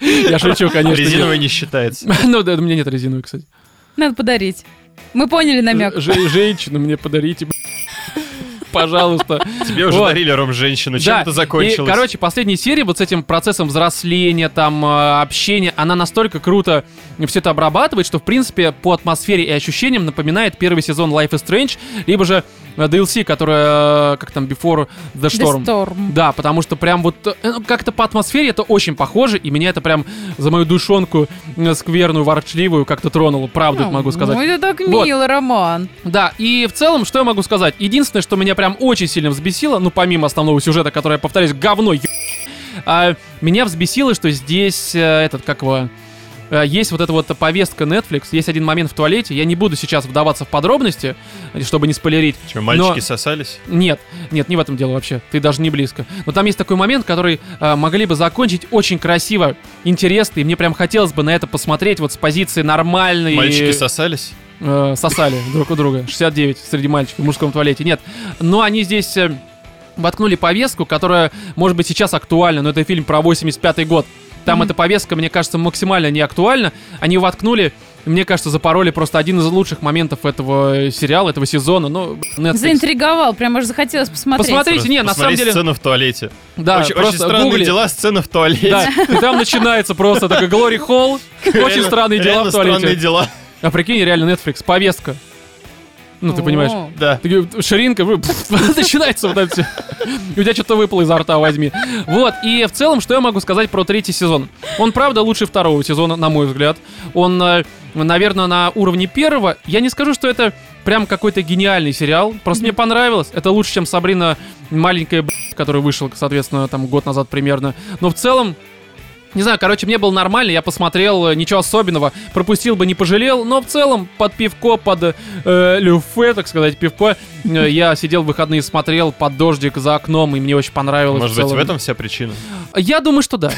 Я шучу, конечно. нет.
Резиновый не считается.
Ну да, у меня нет резиновой, кстати.
Надо подарить. Мы поняли намек.
Ж- Женщину мне подарите, б***. пожалуйста.
Тебе уже
Вот.
дарили, Ром, женщину. Чем
Да,
это
И,
закончилось?
короче, последняя серия вот с этим процессом взросления, там, э, общения, она настолько круто все это обрабатывает, что, в принципе, по атмосфере и ощущениям напоминает первый сезон Life is Strange, либо же э, DLC, которая, э, как там, Before the Storm.
The Storm.
Да, потому что прям вот э, ну, как-то по атмосфере это очень похоже, и меня это прям за мою душонку э, скверную, ворчливую как-то тронуло, правду
Ну,
могу сказать.
Ну, это так
Вот.
мило, Роман.
Да, и в целом, что я могу сказать? Единственное, что меня прям очень сильно взбесило, ну, помимо основного сюжета, который, я повторюсь, говно, ё- а, меня взбесило, что здесь э, этот, как его... э, Есть вот эта вот повестка Netflix, есть один момент в туалете, я не буду сейчас вдаваться в подробности, э, чтобы не спойлерить,
Чё, мальчики
но-
сосались?
нет, нет, не в этом дело вообще. Ты даже не близко. Но там есть такой момент, который э, могли бы закончить очень красиво, интересно, и мне прям хотелось бы на это посмотреть вот с позиции нормальной...
Мальчики сосались?
э, сосали друг у друга. 69 среди мальчиков в мужском туалете. Нет. Но они здесь... э, Воткнули повестку, которая, может быть, сейчас актуальна, но это фильм про 85-й год. Там эта повестка, мне кажется, максимально не актуальна. Они воткнули, и мне кажется, запороли просто один из лучших моментов этого э, сериала, этого сезона. Ну, Netflix.
Заинтриговал, прям аж захотелось посмотреть.
Посмотри. Смотрите, не, на
Посмотри
самом деле-
сцену в туалете.
Да,
очень, очень
просто
странные
гугли.
дела, сцена в туалете.
Да, и там начинается просто такой Глори Холл, очень
Реально-
странные дела
реально
в туалете.
странные дела.
А прикинь, реально Netflix, повестка. Ну, ты
О.
понимаешь.
Да.
Такие, ширинка, вы- начинается вот это все. И у тебя что-то выпало изо рта, возьми. Вот, и в целом, что я могу сказать про третий сезон? Он, правда, лучше второго сезона, на мой взгляд. Он, э, наверное, на уровне первого. Я не скажу, что это прям какой-то гениальный сериал. Просто мне понравилось. Это лучше, чем «Сабрина маленькая б***», который вышел, соответственно, там год назад примерно. Но в целом, не знаю, короче, мне было нормально, я посмотрел, э, ничего особенного, пропустил бы, не пожалел, но в целом под пивко, под э, люфе, так сказать, пивко, э, я сидел в выходные, смотрел под дождик за окном, и мне очень понравилось.
Может быть,
целом.
в этом вся причина?
Я думаю, что да.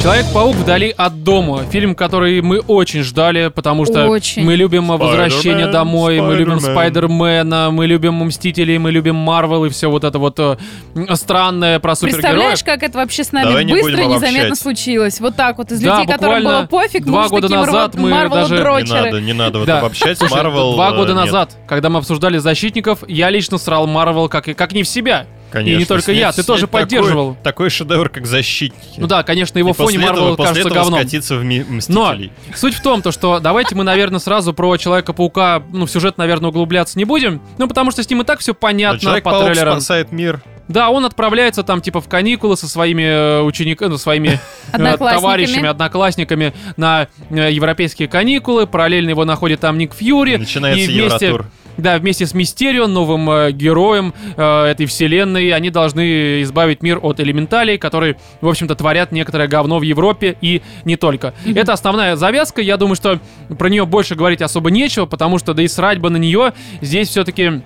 Человек-паук вдали от дома. Фильм, который мы очень ждали, потому что
Очень.
мы любим возвращение
Спайдермен,
домой, мы любим
Спайдермен.
Спайдермена, мы любим Мстителей, мы любим Марвел и все вот это вот э, м, странное про супергероев.
Представляешь, как это вообще с нами
Давай не
быстро и
будем
незаметно
обобщать.
случилось? Вот так вот, из
Да,
людей, которым
буквально
было пофиг,
два
мы уж
года
такие
назад мы даже- Не
Не надо, не надо вот
Да.
обобщать.
Слушай,
Марвел...
два
э,
года
нет,
назад, когда мы обсуждали защитников, я лично срал Марвел как, и- как не в себя.
Конечно.
И не только
снять-
я, ты
снять
тоже
такой-
поддерживал.
Такой, шедевр, как «Защитники».
Ну да, конечно, его
И
фоне
после этого-
Марвел
после
кажется
этого
говном.
скатиться в ми-
Но
«Мстителей».
суть в том, то, что давайте мы, наверное, сразу про Человека-паука, ну, в сюжет, наверное, углубляться не будем. Ну, потому что с ним и так все
Но
понятно по
Человек-паук
трейлерам.
спасает мир.
Да, он отправляется там, типа, в каникулы со своими учениками, ну, своими э,
Одноклассниками.
товарищами, одноклассниками на э, европейские каникулы. Параллельно его находит там Ник Фьюри.
Начинается
и вместе-
Евротур.
Да, вместе с Мистерио, новым э, героем э, этой вселенной, они должны избавить мир от элементалей, которые, в общем-то, творят некоторое говно в Европе и не только.
Мгм.
Это основная завязка. Я думаю, что про нее больше говорить особо нечего, потому что да и срать бы на нее здесь все-таки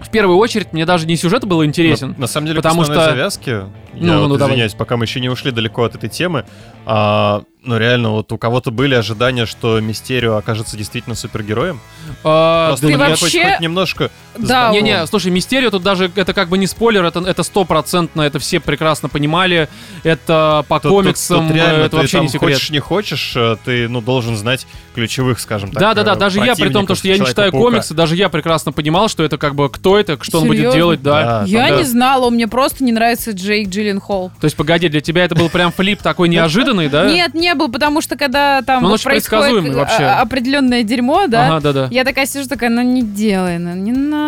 в первую очередь мне даже не сюжет был интересен.
На, на самом деле,
Потому
потому
что-
что завязки,
Ну,
я
ну,
вот
ну, давай.
извиняюсь, пока мы еще не ушли далеко от этой темы, а, ну реально, вот у кого-то были ожидания, что Мистерио окажется действительно супергероем.
А,
Просто
ты
у меня
вообще-
хоть, хоть немножко...
Да,
знакомый.
Не-не, слушай, Мистерио тут даже, это как бы не спойлер, это, это стопроцентно, это все прекрасно понимали, это по
Тут- тут-
комиксам,
тут реально
э, это
ты
вообще
там
не секрет.
хочешь, не хочешь, э, ты, ну, должен знать ключевых, скажем так,
Да, да, да,
э,
даже я, при том, то,
противников
что я не читаю
Человека-паука.
комиксы, даже я прекрасно понимал, что это как бы кто это, что он будет
Серьезно?
делать, да.
Да,
Я
там,
не
да.
знала, мне просто не нравится Джейк Джилленхол.
То есть, погоди, для тебя это был прям флип такой неожиданный, да? Ну,
Нет, не был, потому что когда там
Он
вот
очень
происходит
предсказуемый вообще.
а- определенное дерьмо, да,
Ага, да, да.
я такая сижу, такая, ну не делай, ну не надо.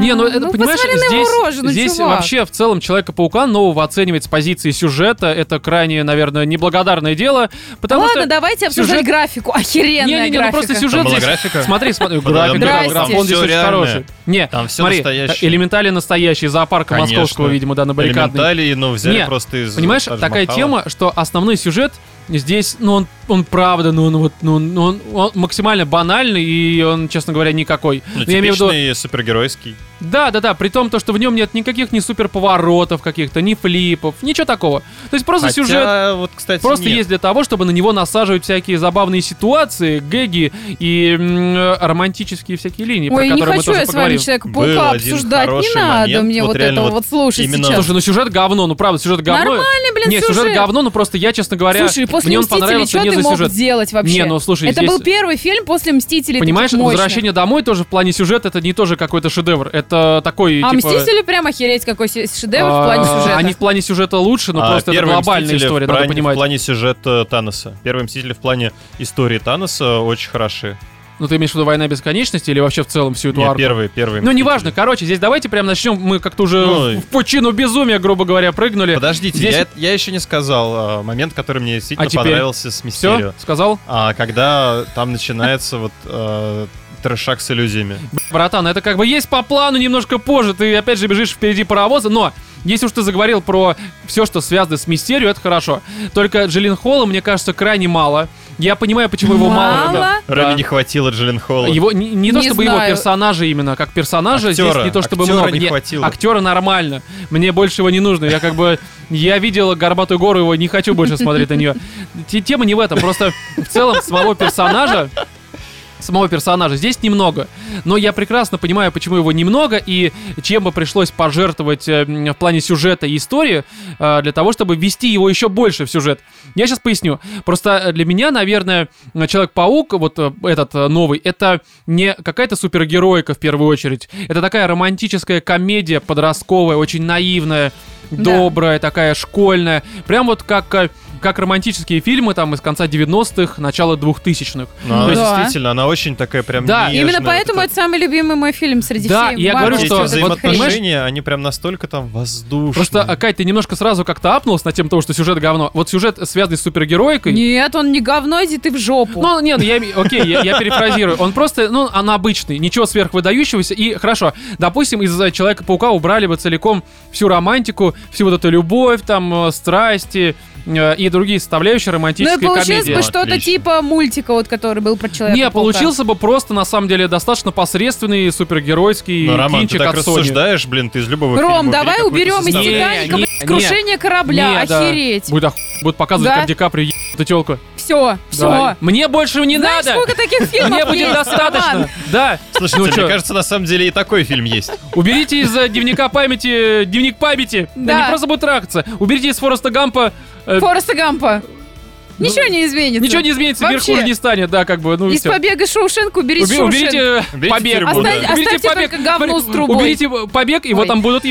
Не, ну это, понимаешь,
посмотри на
здесь,
его рожу, ну,
здесь
чувак.
вообще в целом Человека-паука нового оценивать с позиции сюжета, это крайне, наверное, неблагодарное дело, потому
Ладно,
что...
давайте обсуждать
сюжет-
графику. Охеренная
Не-не-не, ну
графика.
просто сюжет
Была
здесь...
графика?
Смотри, смотри,
Была
график,
графика,
график, он
там
здесь
всё
очень
реальное.
хороший. Не,
Там всё
смотри,
настоящее.
элементали настоящие, зоопарка
Конечно.
московского, видимо, да, на баррикадной.
Элементали, ну, взяли
Не,
просто из...
Понимаешь,
Тадж
такая
Махала.
тема, что основной сюжет здесь, ну он, он правда, ну он вот, ну он, ну, он- он максимально банальный и он, честно говоря, никакой.
Ну,
Но я имею в виду,
типичный супергеройский.
да, да, да, при том то, что в нем нет никаких ни суперповоротов каких-то, ни флипов, ничего такого. То есть просто
Хотя,
сюжет.
вот, кстати,
Просто
нет.
есть для того, чтобы на него насаживать всякие забавные ситуации, гэги и м, э, романтические всякие линии, про
Ой, не
которые мы
хочу
тоже
я с вами
поговорим.
Был
Человека-паука
один
обсуждать. Не
хороший
надо
момент.
мне
Вот
вот
реально
этого
вот
вот слушать
именно-
сейчас.
Слушай, ну сюжет говно, ну правда, сюжет говно.
Нормальный, блин,
не, сюжет
сюжет.
говно, ну просто я, честно говоря,
Слушай, после
мне он
«Мстителей»
понравился
что
не
ты
за
мог
сюжет.
делать вообще?
Не, ну слушай,
Это
здесь-
был первый фильм после «Мстителей». таких
Понимаешь,
мощных.
возвращение домой тоже в плане сюжета это не тоже какой-то шедевр. Это такой
А
типа.
«Мстители» прям охереть какой се- шедевр в
а,
плане сюжета.
Они в плане сюжета лучше, но
А,
Ну, просто это
первые
глобальная
«Мстители»
история,
в
надо
плане-
понимать.
В плане сюжета Таноса. Первые мстители в плане истории Таноса очень хороши.
Ну ты имеешь в виду война бесконечности или вообще в целом всю эту
Не,
арку?
первые, первые.
Ну
«Мстители».
неважно, короче, здесь давайте прям начнем. Мы как-то уже
Ну,
в пучину безумия, грубо говоря, прыгнули.
Подождите,
Здесь-
я, я еще не сказал а, момент, который мне действительно
А теперь?
понравился с
Все,
Мистерио.
сказал?
А, когда там начинается вот э, трешак с иллюзиями.
Братан, это как бы есть по плану немножко позже, ты опять же бежишь впереди паровоза, но если уж ты заговорил про все, что связано с Мистерио, это хорошо. Только Джилин Холла, мне кажется, крайне мало. Я понимаю, почему его мало.
Мало?
Да.
Роме не хватило Джилленхола.
Его не, не то
Не
чтобы его
знаю.
персонажа именно как персонажа здесь
Актера.
не то чтобы
Актера
много
не
Нет,
хватило.
актера нормально мне больше его не нужно я как бы я видел горбатую гору его не хочу больше смотреть на нее Те- тема не в этом просто в целом самого персонажа самого персонажа здесь немного но я прекрасно понимаю почему его немного и чем бы пришлось пожертвовать э, м, в плане сюжета и истории э, для того чтобы ввести его еще больше в сюжет я сейчас поясню. Просто э, для меня, наверное, э, Человек-паук, вот э, этот э, новый, это не какая-то супергероика в первую очередь. Это такая романтическая комедия подростковая, очень наивная,
Да.
добрая, такая школьная. Прям вот как э, как романтические фильмы там из конца 90-х, начала 2000-х.
Ну, она
Да.
действительно, она очень такая прям
Да,
нежная.
Именно поэтому
Вот
это самый любимый мой фильм среди
Да,
всей
и я говорю,
эти
Марвел,
что
вот этой
взаимоотношения,
понимаешь-
хрени.
они прям настолько там воздушные.
Просто, э, Кать, ты немножко сразу как-то апнулась на тем, того, что сюжет говно. Вот сюжет, связанный с супергероикой,
Нет, он не говно, иди ты в жопу.
Ну, нет, я, име- окей, я, я перефразирую. Он просто, ну, он обычный, ничего сверхвыдающегося. И хорошо, допустим, из э, Человека-паука убрали бы целиком всю романтику, всю вот эту любовь, там, э, страсти э, и другие составляющие
Ну и
романтической
получилось
комедии.
бы что-то
Отлично.
типа мультика, вот который был про человека.
Не, получился бы просто, на самом деле, достаточно посредственный супергеройский
Ну, Роман,
кинчик
ты так
от Sony.
рассуждаешь, блин, ты из любого
Ром,
фильма убери
давай
какую-то
уберем из
составляющую.
Не,
«Титаника»,
не,
Крушение корабля,
Не, да.
охереть.
Будет, ох- будут показывать,
Да.
как Ди Каприо е- эту телку.
Все, все.
Мне больше не
Знаешь,
надо!
сколько таких фильмов
Мне будет
есть, Роман?
достаточно! Да!
Слушайте,
Ну
мне
чё?
кажется, на самом деле и такой фильм есть.
Уберите из э, дневника памяти э, дневник памяти.
Да.
Они просто будут трахаться. Уберите из Фореста Гампа. э, ну,
Фореста Гампа. Ничего не изменится.
Ничего не изменится, мир
Вообще.
хуже не станет, да, как бы, ну и
Из
всё.
побега Шоушенка убери
Уби-
Шоушенк.
Уберите э,
Уберите
побег.
тюрьму,
Оставь-
да.
Уберите
оставьте
побег.
только говно с
Смотри,
трубой.
Уберите э, побег, и вот
Ой.
там будут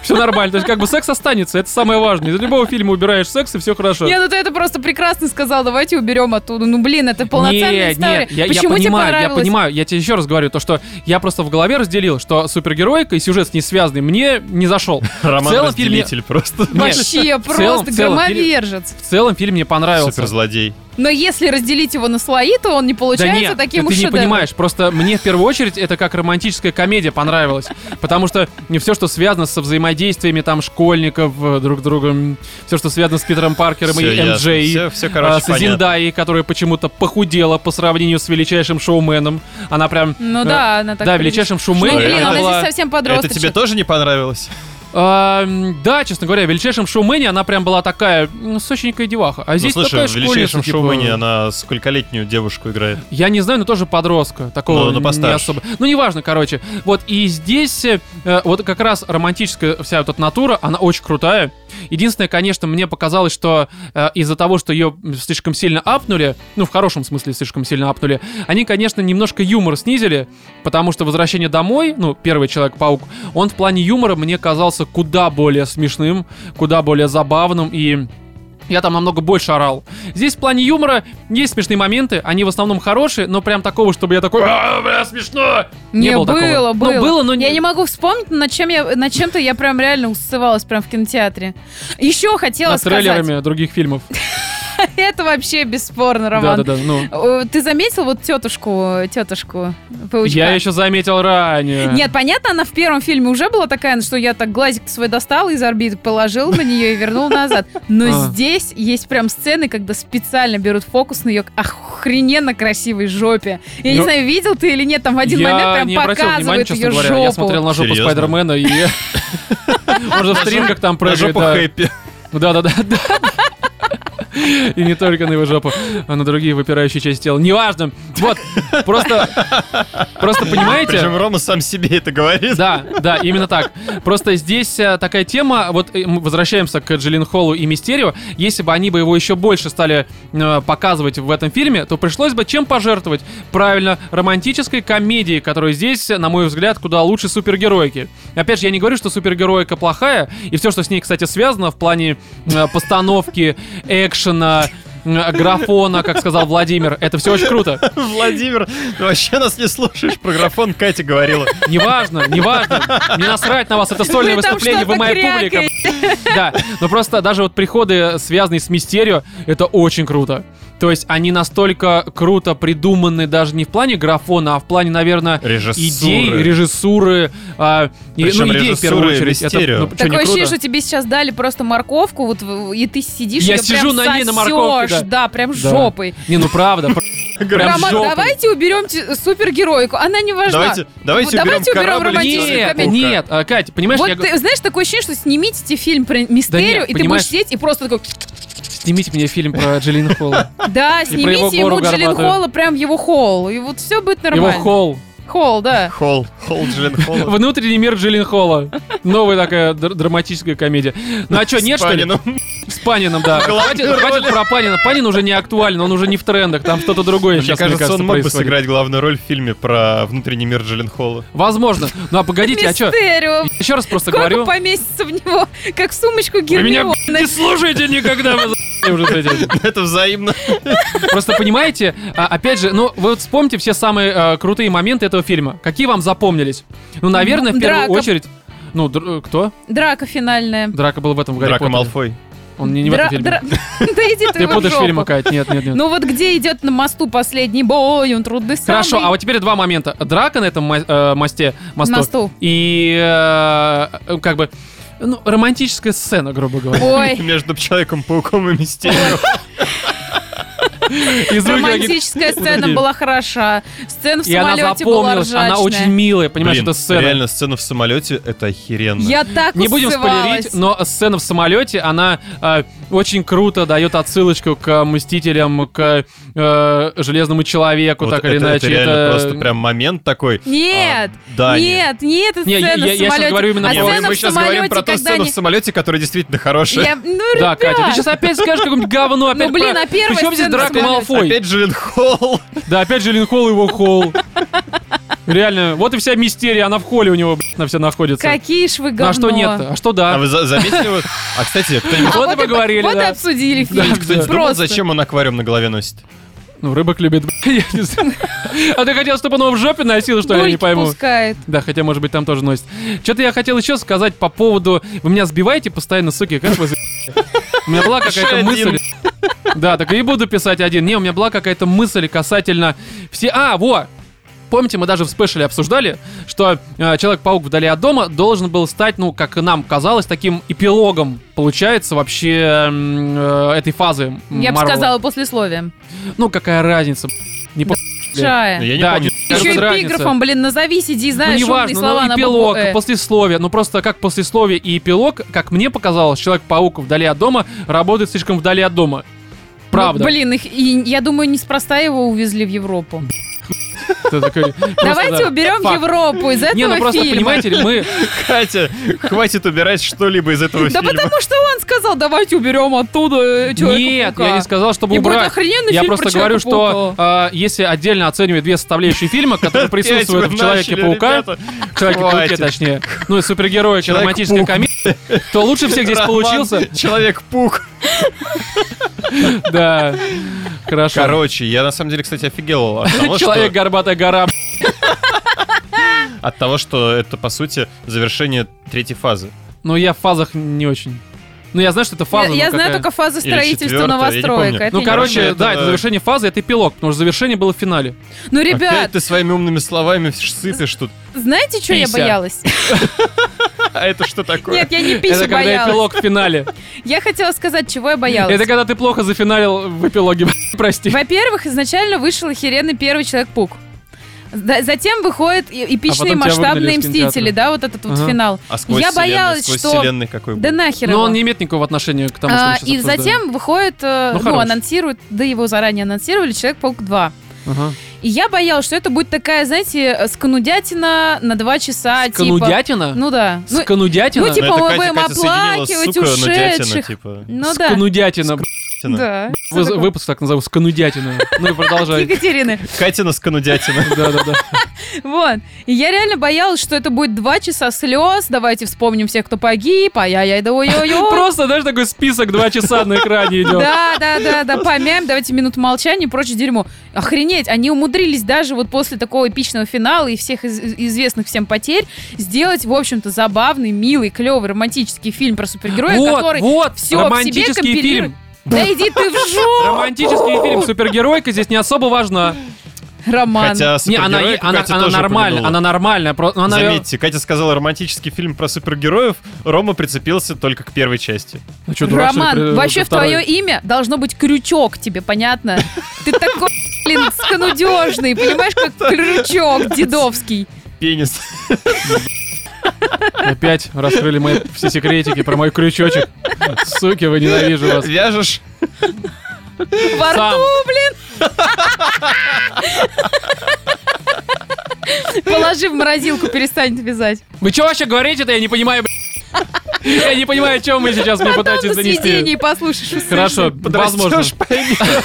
все нормально. То есть как бы секс останется, это самое важное. Из любого фильма убираешь секс, и все хорошо.
Не, ну ты это просто прекрасно сказал. Давайте уберем оттуда. Ну блин, это полноценная
Не,
история.
не, я, я
Почему тебе
понимаю, я
понравилось?
понимаю, я тебе еще раз говорю, то, что я просто в голове разделил, что супергеройка и сюжет с ней связанный мне не зашел.
Роман
целом фильме-
разделитель просто.
Нет,
Вообще
в целом-
просто
в целом фильм-
громовержец.
В целом фильм мне понравился.
Суперзлодей.
Но если разделить его на слои, то он не
Да
получается
нет,
таким
ты
уж
не
шедевром.
понимаешь, просто мне в первую очередь это как романтическая комедия понравилась, потому что не все, что связано со взаимодействиями там школьников э, друг с другом, все, что связано с Питером Паркером
Всё
и
ясно.
Джей, э,
Всё- всё, короче,
с
понятно.
Зиндаей, которая почему-то похудела по сравнению с величайшим шоуменом, она прям
Ну
э,
да, она так...
да,
прилично.
величайшим
Ну
шоуменом.
Что,
блин,
это
она
была-
здесь совсем
Это
подросточек.
тебе тоже не понравилось?
А, м, да, честно говоря, в величайшем шоумене она прям была такая ну, сочненькая деваха. А здесь
ну, слушай,
такая
в величайшем
школьница, типа,
шоумене она скольколетнюю девушку играет.
Я не знаю, но тоже подростка. Такого
Ну, ну,
не
постарше.
особо. Ну, неважно, короче. Вот, и здесь э, вот как раз романтическая вся вот эта натура, она очень крутая. Единственное, конечно, мне показалось, что э, из-за того, что ее слишком сильно апнули, ну, в хорошем смысле слишком сильно апнули, они, конечно, немножко юмор снизили, потому что «Возвращение домой», ну, первый Человек-паук, он в плане юмора мне казался куда более смешным, куда более забавным и... Я там намного больше орал. Здесь в плане юмора есть смешные моменты, они в основном хорошие, но прям такого, чтобы я такой, «А, бля, смешно!
Не,
Не было
было,
такого.
было.
Ну, было, но не-
Я не могу вспомнить, на чем я, на чем-то я прям реально усывалась прям в кинотеатре. Еще хотела
Над
сказать,
трейлерами других фильмов.
это вообще бесспорно, Роман.
Да-да-да, ну.
Э, Ты заметил вот тетушку, тетушку паучка?
Я еще заметил ранее.
Нет, понятно, она в первом фильме уже была такая, что я так глазик свой достал из орбиты, положил на нее и вернул назад. Но
А.
здесь есть прям сцены, когда специально берут фокус на ее охрененно красивой жопе. Я не
Ну,
знаю, видел ты или нет, там в один
я
момент
не
прям
обратил внимания,
показывают
честно
ее
говоря.
жопу.
Я смотрел на жопу
Серьезно?
Спайдермена и... Он же в стрингах там
Про
прыгает,
жопу
да.
Хэппи.
Да-да-да. И не только на его жопу, а на другие выпирающие части тела. Неважно. Вот, просто... Просто понимаете...
Причем Рома сам себе это говорит.
Да, да, именно так. Просто здесь э, такая тема, вот э, мы возвращаемся к Джиллин Холлу и Мистерию. Если бы они бы его еще больше стали э, показывать в этом фильме, то пришлось бы чем пожертвовать? Правильно, романтической комедией, которая здесь, э, на мой взгляд, куда лучше супергероики. Опять же, я не говорю, что супергероика плохая, и все, что с ней, кстати, связано в плане э, постановки, экшена, э, графона, как сказал Владимир, это все очень круто.
Владимир, ты вообще нас не слушаешь. Про графон Катя говорила.
Неважно, неважно. Не насрать на вас, это сольное
Вы там
выступление, вы
что-то
моя публика.
крякаете.
Да, но просто даже вот приходы, связанные с Мистерио, это очень круто. То есть они настолько круто придуманы даже не в плане графона, а в плане, наверное, идей,
Режиссуры.
режиссуры. а, и-
Причем
ну, идей в первую
режиссуры
очередь. Это,
Мистерио.
ну, чё, не
Такое ощущение,
круто?
что тебе сейчас дали просто морковку, вот в- и ты сидишь,
Я
её прям
сижу на ней, на морковке,
сосёшь, Да, прям
Да.
жопой.
Не, ну правда. пр- Прям
Роман,
жопой.
давайте уберем те- супергероику, она не важна.
Давайте, давайте,
Вот давайте уберем
корабль и
романтическую
человека-паука.
Нет, нет, а, Катя, понимаешь,
вот
я...
ты, знаешь, такое ощущение, что снимите тебе фильм про Мистерию, и ты
понимаешь-
будешь сидеть и просто такой,
Снимите мне фильм про Джиллин Холла.
да,
его
снимите ему
гору горбатую.
Джиллен Холла прям в его холл, и вот все будет
Его
нормально.
Холл.
Холл, да.
Холл, Холл Джилленхола.
Внутренний мир Джиллин Холла. Новая такая др- драматическая комедия. Ну а что, нет что ли? С Панином, да. Хватит, хватит про Панина. Панин уже не актуален, он уже не в трендах. Там что-то другое
Мне
сейчас,
кажется, он мог бы
происходит.
сыграть главную роль в фильме про внутренний мир Джилленхола.
Возможно. Ну а погодите, а что?
Мистерио,
Еще раз просто
сколько
говорю.
поместится в него, как в сумочку
Вы меня
Гермионы.
не слушайте никогда, вы за***ли уже с этим.
Это взаимно.
Просто понимаете, а, опять же, ну вы вот вспомните все самые э, крутые моменты этого фильма. Какие вам запомнились? Ну, наверное, в первую
Драка.
очередь... Ну, др- э, кто?
Драка финальная.
Драка был в этом в Гарри
Драка
Поттере.
Малфой.
Он не, не в этом фильме.
Дра- дра- Да иди ты
Ты
его в
путаешь а
жопу.
фильмы, Кать. Нет, нет, нет.
Ну вот где идет на мосту последний бой, он трудный самый.
Хорошо, а вот теперь два момента. Драка на этом мо- э, мосте, мосту,
Мосту.
и э, э, как бы ну, романтическая сцена, грубо говоря.
Ой,
Между Человеком-пауком и Мистерио.
Из рук каких-
Романтическая сцена была хороша. Сцена в
И она
самолете была
запомнилась,
ржачная.
она очень милая, понимаешь,
Блин,
эта сцена.
реально, сцена в самолете — это охеренно.
Я так
Не будем
усывалась.
спойлерить, но сцена в самолете, она э, очень круто дает отсылочку к э, Мстителям, к э, Железному Человеку,
Вот
так или
это-
иначе.
Это реально
Это-
просто прям момент такой.
Нет,
а, да,
нет, нет, это
Не, я-
сцена
я- я
в
сейчас
самолете.
говорю именно
а
про-
Не, мы,
сцена
мы
в
сейчас
самолете,
говорим про ту
когда
сцену
они-
в самолете, которая действительно хорошая.
Я- ну,
Да,
ребят.
Катя, ты сейчас опять скажешь какое-нибудь говно. Опять
блин,
про-
а первая
Причем здесь
сцена
Драко
с Малефой?
Малфой?
Опять Джиллен Холл.
Да, опять же Линхол и его холл. Реально, вот и вся мистерия, она в холле у него, блядь, на все находится.
Какие ж вы говно.
А что нет-то? А что
А
да?
вы за- заметили? вот- А, кстати, кто-нибудь
Вот и
и по-
поговорили,
Вот и
да.
обсудили
Да,
фильм.
кто-нибудь
думал,
Просто.
зачем он аквариум на голове носит?
Ну, рыбок любит, блядь, я не знаю. А ты хотел, чтобы он его в жопе носил, что ли? я не
Дольки
пойму?
пускает.
Да, хотя, может быть, там тоже носит. Что-то я хотел еще сказать по поводу... Вы меня сбиваете постоянно, суки, как вы... за- У меня была какая-то
Еще
мысль... Да, так и буду писать один. Не, у меня была какая-то мысль касательно все... А, во! Помните, мы даже в спешле обсуждали, что э, Человек-паук вдали от дома должен был стать, ну, как и нам казалось, таким эпилогом, получается, вообще эм, э, этой фазы м,
Я бы
Марвел.
сказала послесловием.
Ну, какая разница? б***ь, Не по...
Ну,
Чая.
Я не
Да,
помню.
я-
Еще
Какая разница?
эпиграфом, блин, назови, сиди,
Ну,
знаешь, умные
неважно,
слова
ну,
на букву
эпилог,
«э».
послесловие. Ну, просто как послесловие и эпилог, как мне показалось, Человек-паук вдали от дома работает слишком вдали от дома. Правда.
Ну, блин, их, и я думаю, неспроста его увезли в Европу.
Это такой, просто,
Давайте
да,
уберем
факт.
Европу из этого
Не, ну просто,
фильма.
понимаете ли, мы...
Катя, хватит убирать что-либо из этого
Да
фильма.
потому что он сказал, давайте уберем оттуда э,
Нет,
Человека-паука».
я не сказал, чтобы
И будет
убрать.
охрененный
Я
фильм
просто
про
говорю, что
Человека-паука.
а, если отдельно оценивать две составляющие фильма, которые
Опять
присутствуют
вы
в
начали,
Человеке-паука,
ребята.
Человеке-пауке,
Хватит.
точнее, ну и супергероике,
Человек-паук.
романтической комедии, то лучше всех здесь
Роман
получился.
Человек-пук.
Да, хорошо.
Короче, я на самом деле, кстати, офигел от того,
Человек
что,
горбатая гора.
от того, что это, по сути, завершение третьей фазы.
Ну я в фазах не очень. Ну я знаю, что это
Я,
фаза. ну,
я знаю
какая.
только фазы
Или
строительства
четвёртая, я не
новостроек.
помню.
это
Ну
я
короче,
знаю.
да, это
Да.
завершение фазы, это эпилог, потому что завершение было в финале.
не- Ну,
Опять
ребят,
ты своими умными словами сыпешь тут.
знаете, что я
пися.
боялась?
А это что такое?
Нет, я не пищи
это когда
боялась.
эпилог в финале.
Я хотела сказать, чего я боялась.
Это когда ты плохо зафиналил в эпилоге. Прости.
Во-первых, изначально вышел охеренный первый Человек-паук. Да- Затем выходят и- эпичные
А тебя выгнали
масштабные
из
мстители,
кинотеатра.
да, вот этот
Ага.
вот финал.
А сквозь
я
вселенную,
боялась,
сквозь
что-
вселенной какой был?
Да нахер
Но
его.
он не имеет никакого отношения к тому, что
А,
мы сейчас
и
обсуждаем.
затем выходит, э,
Ну,
ну,
хорош.
анонсируют, да его заранее анонсировали, Человек-паук 2.
Ага.
И я боялась, что это будет такая, знаете, э, сканудятина на два часа, типа.
Сканудятина?
Ну да. Ну,
Сканудятина?
ну, типа,
Ну, это
мы
Катя-
будем
Катя соединила
оплакивать
сука, но дятина,
ушедших.
типа.
ну да.
Сканудятина.
Тина.
Да.
Вы-
Что такое?
Выпуск так назову, сканудятина. Ну и продолжай.
Екатерины.
Катина сканудятина.
Да-да-да.
Вот. И я реально боялась, что это будет два часа слез. Давайте вспомним всех, кто погиб. Ай-яй-яй, да ой-ой-ой.
Просто, знаешь, такой список два часа на экране идет.
Да, да, да, да, помяем, давайте минуту молчания и прочее дерьмо. Охренеть, они умудрились даже вот после такого эпичного финала и всех из- известных всем потерь сделать, в общем-то, забавный, милый, клевый, романтический фильм про супергероя,
Вот,
который
вот,
все в себе
романтический
компилирует.
фильм.
Да иди ты в жопу!
Романтический фильм. Супергеройка здесь не особо важна.
Роман.
Хотя
Не, она,
супергероев
она,
Катя
она
тоже
нормальная,
упомянула.
она нормальная. про- ну, она-
Заметьте, Катя сказала романтический фильм про супергероев, Рома прицепился только к первой части.
Ну, чё, дурак, что ли,
Роман,
при-
вообще
за
в твое
второй?
имя должно быть крючок тебе, понятно? Ты такой, блин, сканудежный, понимаешь, как крючок дедовский.
Пенис.
Опять раскрыли мои все секретики про мой крючочек. Суки, вы ненавижу вас.
Вяжешь?
Во
Сам.
рту, блин. Положи в морозилку, перестанет вязать.
Вы что вообще говорите-то? Я не понимаю, б***ь. Я не понимаю, о чем вы сейчас мне
Потом на
пытаетесь
съедении
донести.
послушаешь. услышишь.
Хорошо, возможно.
Подрастешь, поймешь.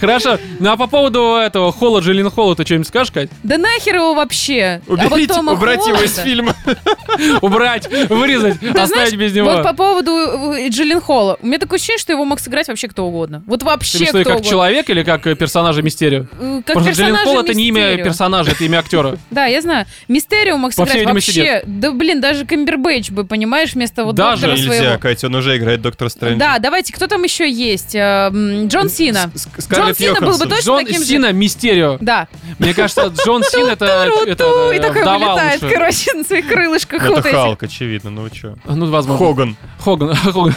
Хорошо. Ну а по поводу этого Холла Холла ты что-нибудь скажешь, Кать?
Да нахер его вообще? А вот
Уберите,
Тома
убрать его из
Холланда.
фильма.
Убрать, вырезать,
Ты
оставить
знаешь,
без него.
Вот по поводу э, Джиллин Холла. У меня такое ощущение, что его мог сыграть вообще кто угодно. Вот вообще
Ты что, и
кто
как
угодно.
человек или как э, персонажа Мистерио?
Э, Как
Просто
персонажа
Холл это не имя
Мистерио.
персонажа, это имя актера.
Да, я знаю. Мистерио мог
По всей
сыграть
видимости,
вообще. Да, блин, даже Камбербэтч бы, понимаешь, вместо вот
Даже
доктора
Нельзя,
своего.
Катя, он уже играет Доктора Стрэнджа.
Да, давайте, кто там еще есть? Э, м, Джон Сина.
С- С- Скарлетт
Джон Сина был бы
Йоханссон.
точно
Джон
таким же.
Сина Мистерио.
Да.
Мне кажется, Джон Син это это,
Ту, и
э,
такой
вдова
вылетает,
лучше.
короче, на своих крылышках.
Ну,
вот
Это
этих.
Халк, очевидно, ну вы чё.
Ну, возможно.
Хоган.
Хоган. Хоган.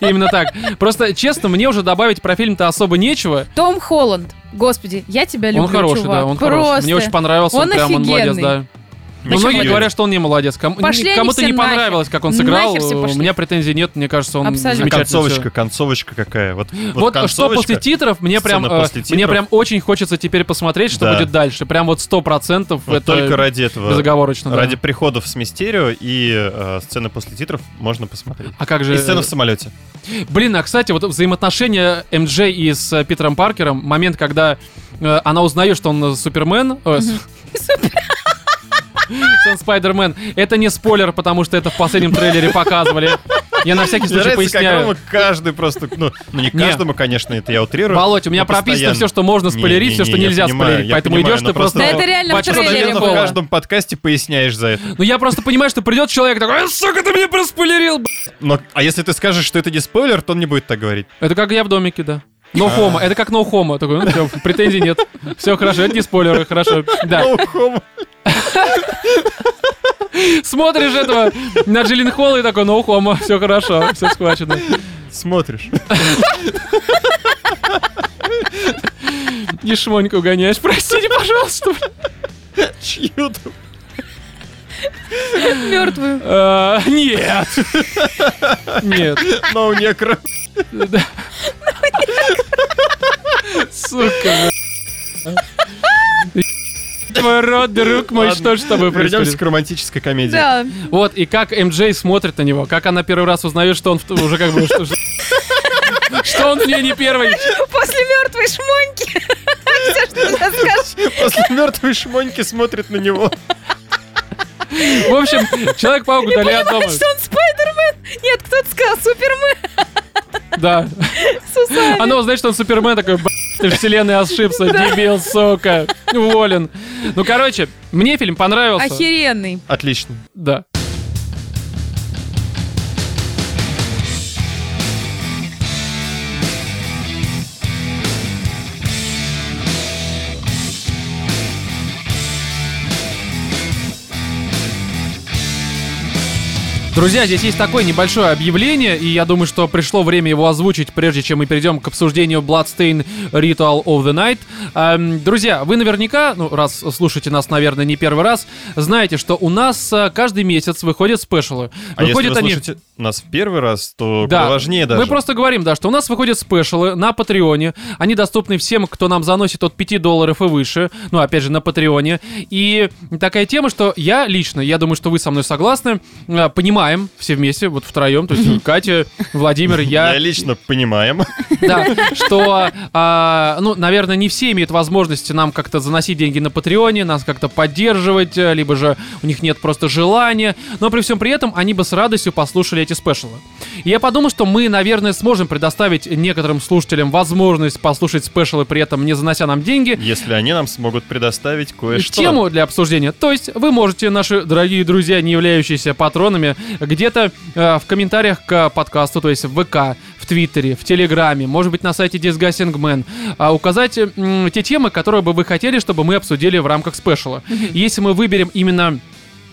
Именно так. Просто, честно, мне уже добавить про фильм-то особо нечего.
Том Холланд. Господи, я тебя люблю,
Он хороший,
чувак.
да, он
Просто.
хороший. Мне очень понравился, он
Он
прям он молодец,
офигенный.
да.
Мне
ну, Многие
нравится.
говорят, что он не молодец. Кому-
Пошли они
Кому-то
все
не
нахер.
понравилось, как он сыграл.
Нахер все
У
пошли.
меня претензий нет, мне кажется, он
Абсолютно.
А
замечательно.
концовочка,
всё.
концовочка какая? Вот, вот
Вот, а что
концовочка.
после титров, мне прям,
Сцена
э,
после
мне
титров.
прям очень хочется теперь посмотреть, что
Да.
будет дальше. Прям вот сто процентов
Вот
это
только ради этого.
безоговорочно. да.
Ради приходов с Мистерио и э, сцены после титров можно посмотреть.
А как же...
И сцена в самолете.
Блин, а кстати, вот взаимоотношения МДЖ и с э, Питером Паркером, момент, когда э, она узнает, что он э, Супермен, э, с- что он Спайдермен, это не спойлер, потому что это в последнем трейлере показывали. Я на всякий
Мне
случай
нравится, как
поясняю.
Рома каждый просто, ну, ну, не
Не.
каждому, конечно, это я утрирую.
Болоть, у меня
но
прописано
Ну, постоянно.
все, что можно
Не,
спойлерить,
не,
все, что
не, я
нельзя
понимаю,
спойлерить.
я
Поэтому
понимаю,
идешь
но
ты просто...
просто- Да
это реально
в
в
очко
Ты,
трейлере
наверное, в
было.
каждом подкасте поясняешь за это.
Ну я просто понимаю, что придет человек такой, «Э, сука, ты меня проспойлерил, б***».
Но, а если ты скажешь, что это не спойлер, то он не будет так говорить.
Это как я в домике, да. No homo. Это как no homo. Такой, ну все, претензий нет. Все хорошо, это не спойлеры, хорошо. Да.
Ну, хома.
Смотришь этого на Джиллин Холла и такой, ну, Хома, все хорошо, все схвачено.
Смотришь.
И шмоньку гоняешь, простите, пожалуйста.
Чью-то.
Мертвую.
А, Нет. Нет.
Но у некро.
Да. Сука. бля. Твой рот, друг мой,
Ладно,
Ну что ж с тобой
Вернемся
происходит?
к романтической комедии.
Да.
Вот, и как МДЖ смотрит на него, как она первый раз узнает, что он в- уже как бы... Что что он в ней не первый.
После мертвой шмоньки. Всё, что ты скажешь.
После мертвой шмоньки смотрит на него.
В общем, Человек-паук удали от дома.
Что он Спайдермен? Нет, кто-то сказал Супермен.
Да.
с усами.
Она узнает, что он Супермен, такой, «Б***ь, ты вселенной ошибся, дебил, сука, уволен. Ну, короче, мне фильм понравился.
Охеренный.
Отлично.
Да. Друзья, здесь есть такое небольшое объявление, и я думаю, что пришло время его озвучить, прежде чем мы перейдем к обсуждению Bloodstain Ritual of the Night. Эм, друзья, вы наверняка, ну, раз слушаете нас, наверное, не первый раз, знаете, что у нас э, каждый месяц выходят спешалы.
А если вы слушаете нас в первый раз, то
Да.
важнее даже.
Мы просто говорим, да, что у нас выходят спешалы на Патреоне. Они доступны всем, кто нам заносит от 5 долларов и выше. Ну, опять же, на Патреоне. И такая тема, что я лично, я думаю, что вы со мной согласны, э, понимаем все вместе, вот втроем, то есть Катя, Владимир,
Я лично понимаем.
да, что, а, ну, наверное, не все имеют возможности нам как-то заносить деньги на Патреоне, нас как-то поддерживать, э, либо же у них нет просто желания, но при всем при этом они бы с радостью послушали эти спешалы. И я подумал, что мы, наверное, сможем предоставить некоторым слушателям возможность послушать спешалы, при этом не занося нам деньги,
Если они нам смогут предоставить кое-что.
тему для обсуждения. То есть вы можете, наши дорогие друзья, не являющиеся патронами, где-то э, в комментариях к подкасту, то есть в ВК, в Твиттере, в Телеграме, может быть, на сайте Disgusting Man, а, указать э, м, те темы, которые бы вы хотели, чтобы мы обсудили в рамках спешала. Если мы выберем именно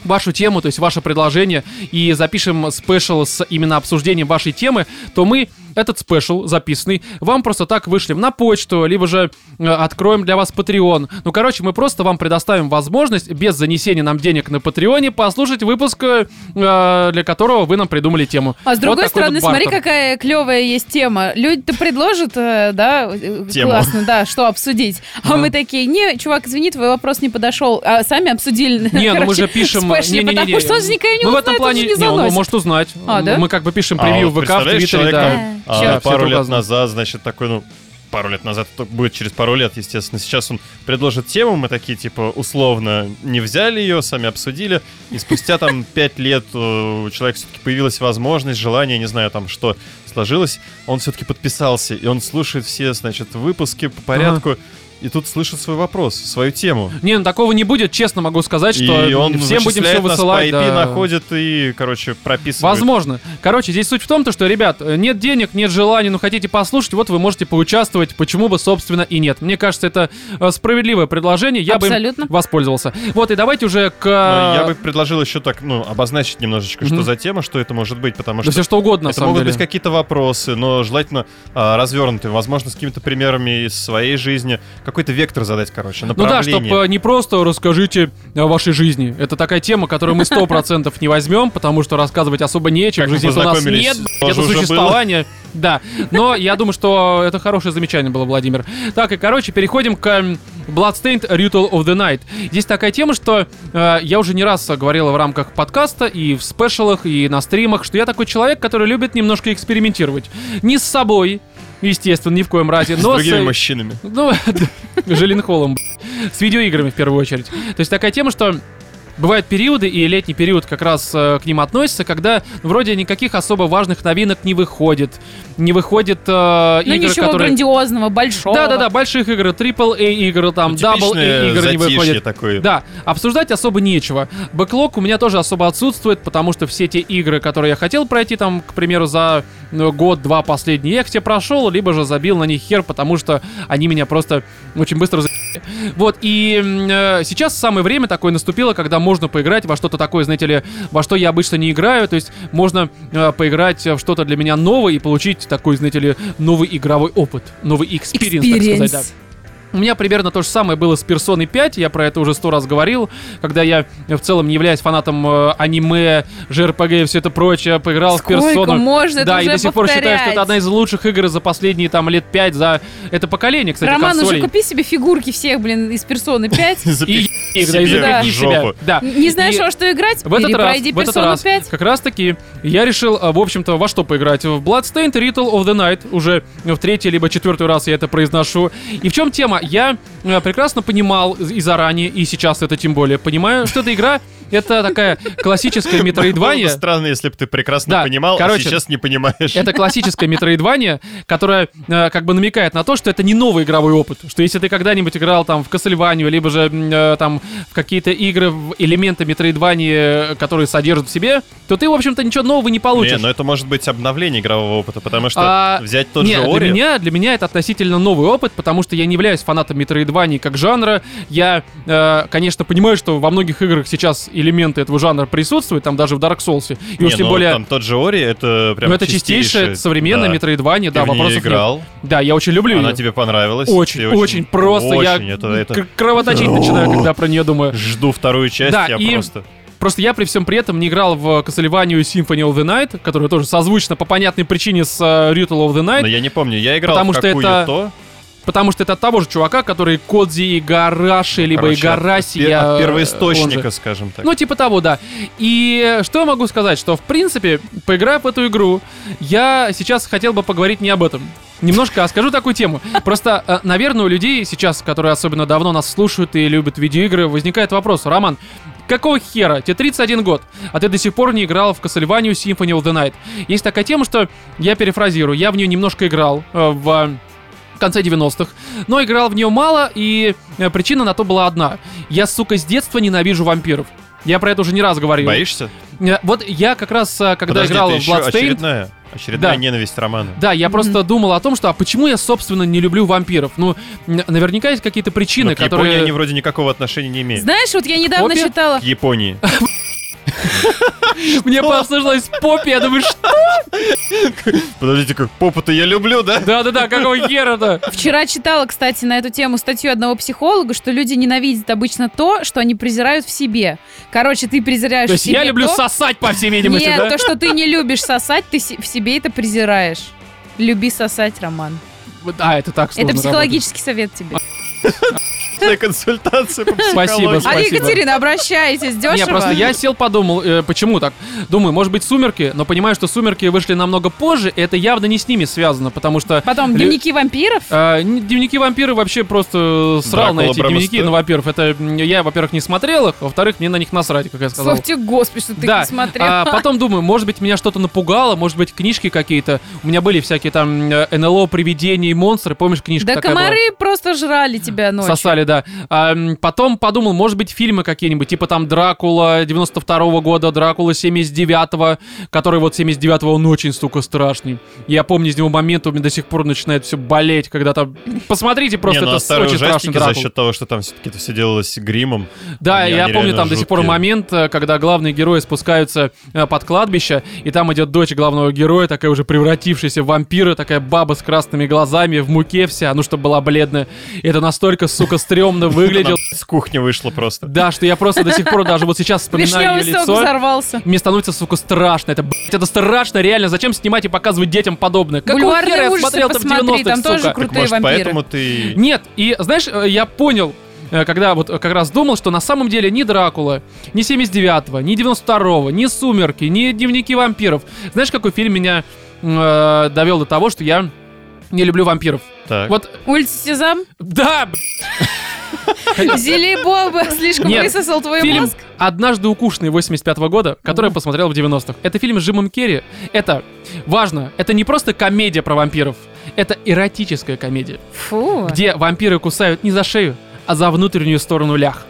вашу тему, то есть ваше предложение, и запишем спешл с именно обсуждением вашей темы, то мы этот спешл записанный вам просто так вышлем на почту, либо же э, откроем для вас Patreon. Ну, короче, мы просто вам предоставим возможность без занесения нам денег на Патреоне послушать выпуск, э, для которого вы нам придумали тему.
А с
Вот
другой
такой
стороны,
вот
смотри,
бартер.
какая клевая есть тема. Люди-то предложат, э, да, э,
Тему.
классно, да, что обсудить. А
Да.
мы такие, не, чувак, извини, твой вопрос не подошел. А сами обсудили.
Не, ну мы
короче,
же пишем...
спешли,
не-не-не-не.
Потому что он же никого не
Мы в
узнает,
этом плане...
он же не
он
заносит.
может узнать.
А, да?
Мы как бы пишем
А
превью
вот
в ВК, в
представляешь,
Твиттере,
человек
да.
там,
Да,
а,
всё, всё это
пару лет
указано.
назад, значит, такой, ну, пару лет назад, это будет через пару лет, естественно. Сейчас он предложит тему, мы такие, типа, условно не взяли ее, сами обсудили. И спустя там пять лет э, у человека все-таки появилась возможность, желание, не знаю там что сложилось. Он все-таки подписался, и он слушает все, значит, выпуски по порядку. и тут слышит свой вопрос, свою тему.
Не, ну такого не будет, честно могу сказать, что
и он
всем будем все
вычисляет нас
высылать.
по IP,
да.
находит и, короче, прописывает.
Возможно. Короче, здесь суть в том, то, что, ребят, э, нет денег, нет желания, но хотите послушать, вот вы можете поучаствовать, почему бы, собственно, и нет. Мне кажется, это э, справедливое предложение, я
Абсолютно.
бы им воспользовался. Вот, и давайте уже к...
Но
э,
Ну, я бы предложил еще так, ну, обозначить немножечко, что
Мгм.
за тема, что это может быть, потому
Да
что
все что угодно, на
это
самом
могут
деле.
быть какие-то вопросы, но желательно а, развернутые, возможно, с какими-то примерами из своей жизни, какой-то вектор задать, короче,
Ну да,
направление.
чтобы не просто расскажите о вашей жизни. Это такая тема, которую мы сто процентов не возьмем, потому что рассказывать особо нечем.
Как
Жизни
мы
у нас
познакомились,
нет,
тоже
это
уже было.
существование. Да, но я думаю, что это хорошее замечание было, Владимир. Так, и, короче, переходим к м, Bloodstained Ritual of the Night. Здесь такая тема, что э, я уже не раз говорила в рамках подкаста и в спешалах, и на стримах, что я такой человек, который любит немножко экспериментировать. Не с собой, естественно, ни в коем разе,
с
но
другими
с-
мужчинами.
ну, Желенхолом, б***ь. с видеоиграми в первую очередь. То есть такая тема, что бывают периоды, и летний период как раз э, к ним относится, когда ну, вроде никаких особо важных новинок не выходит. Не выходит э,
Ну
игр,
ничего
которые...
грандиозного, большого.
Да-да-да, больших игр, AAA игр,
Ну,
там, дабл
Ну, Типичное
игр не
затишье
выходит.
такое.
Да, обсуждать особо нечего. Бэклог у меня тоже особо отсутствует, потому что все те игры, которые я хотел пройти, там, к примеру, за ну, год-два последние, я их все прошел, либо же забил на них хер, потому что они меня просто очень быстро за... Вот, и м, э, сейчас самое время такое наступило, когда можно поиграть во что-то такое, знаете ли, во что я обычно не играю, то есть можно э, поиграть в что-то для меня новое и получить такой, знаете ли, новый игровой опыт, новый экспириенс, так сказать, да.
Experience.
У меня примерно то же самое было с Персоной 5, я про это уже сто раз говорил, когда я э, в целом не являюсь фанатом э, аниме, JRPG и все это прочее, а поиграл в
Сколько
Персону.
можно это
да, и
уже
до сих пор считаю, что это одна
повторять?
из лучших игр за последние там лет 5 за это поколение, кстати,
Роман,
консолей.
уже купи себе фигурки всех, блин, из персоны 5.
И
Запи-
их, да, и
себе
запихни
в
себя.
жопу.
Да.
Не знаешь,
И-
во что играть?
в этот раз,
Перепройди
в этот
персону
раз,
5.
как раз таки, я решил, а, в общем-то, во что поиграть. В Bloodstained Ritual of the Night, уже в третий либо четвертый раз я это произношу. И в чем тема? Я э, прекрасно понимал и заранее, и сейчас это тем более понимаю, что эта игра — это такая классическая
Было бы
метроидвания.
странно, если бы ты прекрасно
Да,
понимал, а
короче,
сейчас не понимаешь.
Это классическое метроидвания, которое э, как бы намекает на то, что это не новый игровой опыт. Что если ты когда-нибудь играл там в Castlevania, либо же м, э, там в какие-то игры, в элементы метроидвания, которые содержат в себе, то ты, в общем-то, ничего нового не получишь.
Не, но это может быть обновление игрового опыта, потому что
А,
взять тот
не,
же
для
Ори...
меня, для меня это относительно новый опыт, потому что я не являюсь фанатом метроидваний как жанра. Я, э, конечно, понимаю, что во многих играх сейчас элементы этого жанра присутствуют, там даже в Dark Souls. И
Не,
уж тем
ну,
более,
Там тот же Ори, это прям
ну, это чистейшее современное
да.
метроидвания,
Ты
да,
в нее
вопросов нет.
играл,
Да, я очень люблю
она
её.
тебе понравилась.
Очень,
ты
очень, просто
очень,
я
это- это-
кр- кровоточить начинаю, когда про нее думаю.
Жду вторую часть,
Да,
я
и-
просто...
Просто я при всем при этом не играл в э, Castlevania Symphony of the Night, которая тоже созвучна по понятной причине с э, Ritual of the Night.
Но я не помню, я играл
Потому
в
что это-
какую-то...
Потому что это от того же чувака, который Кодзи и Гараши, либо
короче,
и
от-
Гараси.
пе- а,
я,
От
э,
первоисточника,
он же.
скажем так.
Ну, типа того, да. И что я могу сказать, что, в принципе, поиграв в эту игру, я сейчас хотел бы поговорить не об этом. Немножко а скажу такую тему. Просто, э, наверное, у людей сейчас, которые особенно давно нас слушают и любят видеоигры, возникает вопрос. Роман, Какого хера? Тебе 31 год, а ты до сих пор не играл в Castlevania Symphony of the Night. Есть такая тема, что я перефразирую, я в нее немножко играл э, в э, конце 90-х, но играл в нее мало, и э, причина на то была одна. Я, сука, с детства ненавижу вампиров. Я про это уже не раз говорил.
Боишься?
Э, Вот я как раз, э, когда
Подожди,
играл
ты
в
еще
Bloodstained,
очередная, очередная
Да.
ненависть Романа.
да, я просто думал о том, что а почему я, собственно, не люблю вампиров? Ну, н- наверняка есть какие-то причины,
Но Ну, к
которые...
Японии они вроде никакого отношения не имеют.
Знаешь, вот я недавно
Обе?
считала...
К Японии.
Мне послышалось попе, я думаю, что?
Подождите, как попу-то я люблю, да?
Да-да-да, какого хера-то?
Вчера читала, кстати, на эту тему статью одного психолога, что люди ненавидят обычно то, что они презирают в себе. Короче, ты презираешь
То есть
в А себе
я люблю
то...
сосать, по всей видимости,
Нет,
да?
то, что ты не любишь сосать, ты се- в себе это презираешь. Люби сосать, Роман.
А, это так сложно работает.
это
А,
психологический совет тебе.
бесплатная консультация по
Спасибо,
психологии.
спасибо.
А вы, Екатерина, обращайтесь, дешево.
Не, просто я сел, подумал, э, почему так? Думаю, может быть, сумерки, но понимаю, что сумерки вышли намного позже, и это явно не с ними связано, потому что.
Потом
Ле-
дневники вампиров.
А, не- дневники вампира вообще просто э, срал
Дракула
на эти
Брэма
дневники.
Стэ-
Ну, во-первых, это м, я, во-первых, не смотрел их, во-вторых, мне на них насрать, как я сказал.
Слава тебе, Господи, что ты их
да.
не смотрел.
А потом думаю, может быть, меня что-то напугало, может быть, книжки какие-то. У меня были всякие там э, НЛО, привидения и монстры. Помнишь, книжка
да
такая была?
комары просто жрали тебя ночью.
Сосали, да. А, м, потом подумал, может быть, фильмы какие-нибудь, типа там «Дракула» 92-го года, «Дракула» 79-го, который вот 79-го, он очень, сука, страшный. Я помню с него момент, у меня до сих пор начинает все болеть, когда там... Посмотрите просто,
Не, ну, а
это
старые
очень страшный
ужастики за
«Дракула».
счет того, что там все-таки это все делалось гримом.
Да,
Они-
я
они
помню там
реально
до сих пор
жуткие.
момент, э, когда главные герои спускаются э, под кладбище, и там идет дочь главного героя, такая уже превратившаяся в вампира, такая баба с красными глазами, в муке вся, ну, чтобы была бледная. Это настолько, сука, стрёмно выглядело.
Она С кухни вышло просто.
Да, что я просто до сих пор даже вот сейчас вспоминаю
Вишневый
ее
сок
лицо.
взорвался.
Мне становится, сука, страшно. Это, блядь, это страшно, реально. Зачем снимать и показывать детям подобное? Какого
Бульварные
хера я
ужасы
смотрел там в 90-х,
посмотри, там тоже
сука?
круто.
Так,
Крутые
может,
вампиры.
поэтому ты...
Нет, и знаешь, э, я понял, э, когда вот э, как раз думал, что на самом деле ни Дракула, ни 79-го, ни 92-го, ни Сумерки, ни Дневники вампиров. Знаешь, какой фильм меня э, довел до того, что я не люблю вампиров?
Так.
Вот,
Улица Сезам,
да, б-
Зели Боба слишком
Нет,
высосал твой
фильм
мозг.
«Однажды укушенный» 85-го года, который я посмотрел в 90-х. Это фильм с Джимом Керри. Это, важно, это не просто комедия про вампиров, это эротическая комедия,
Фу.
где вампиры кусают не за шею, а за внутреннюю сторону лях.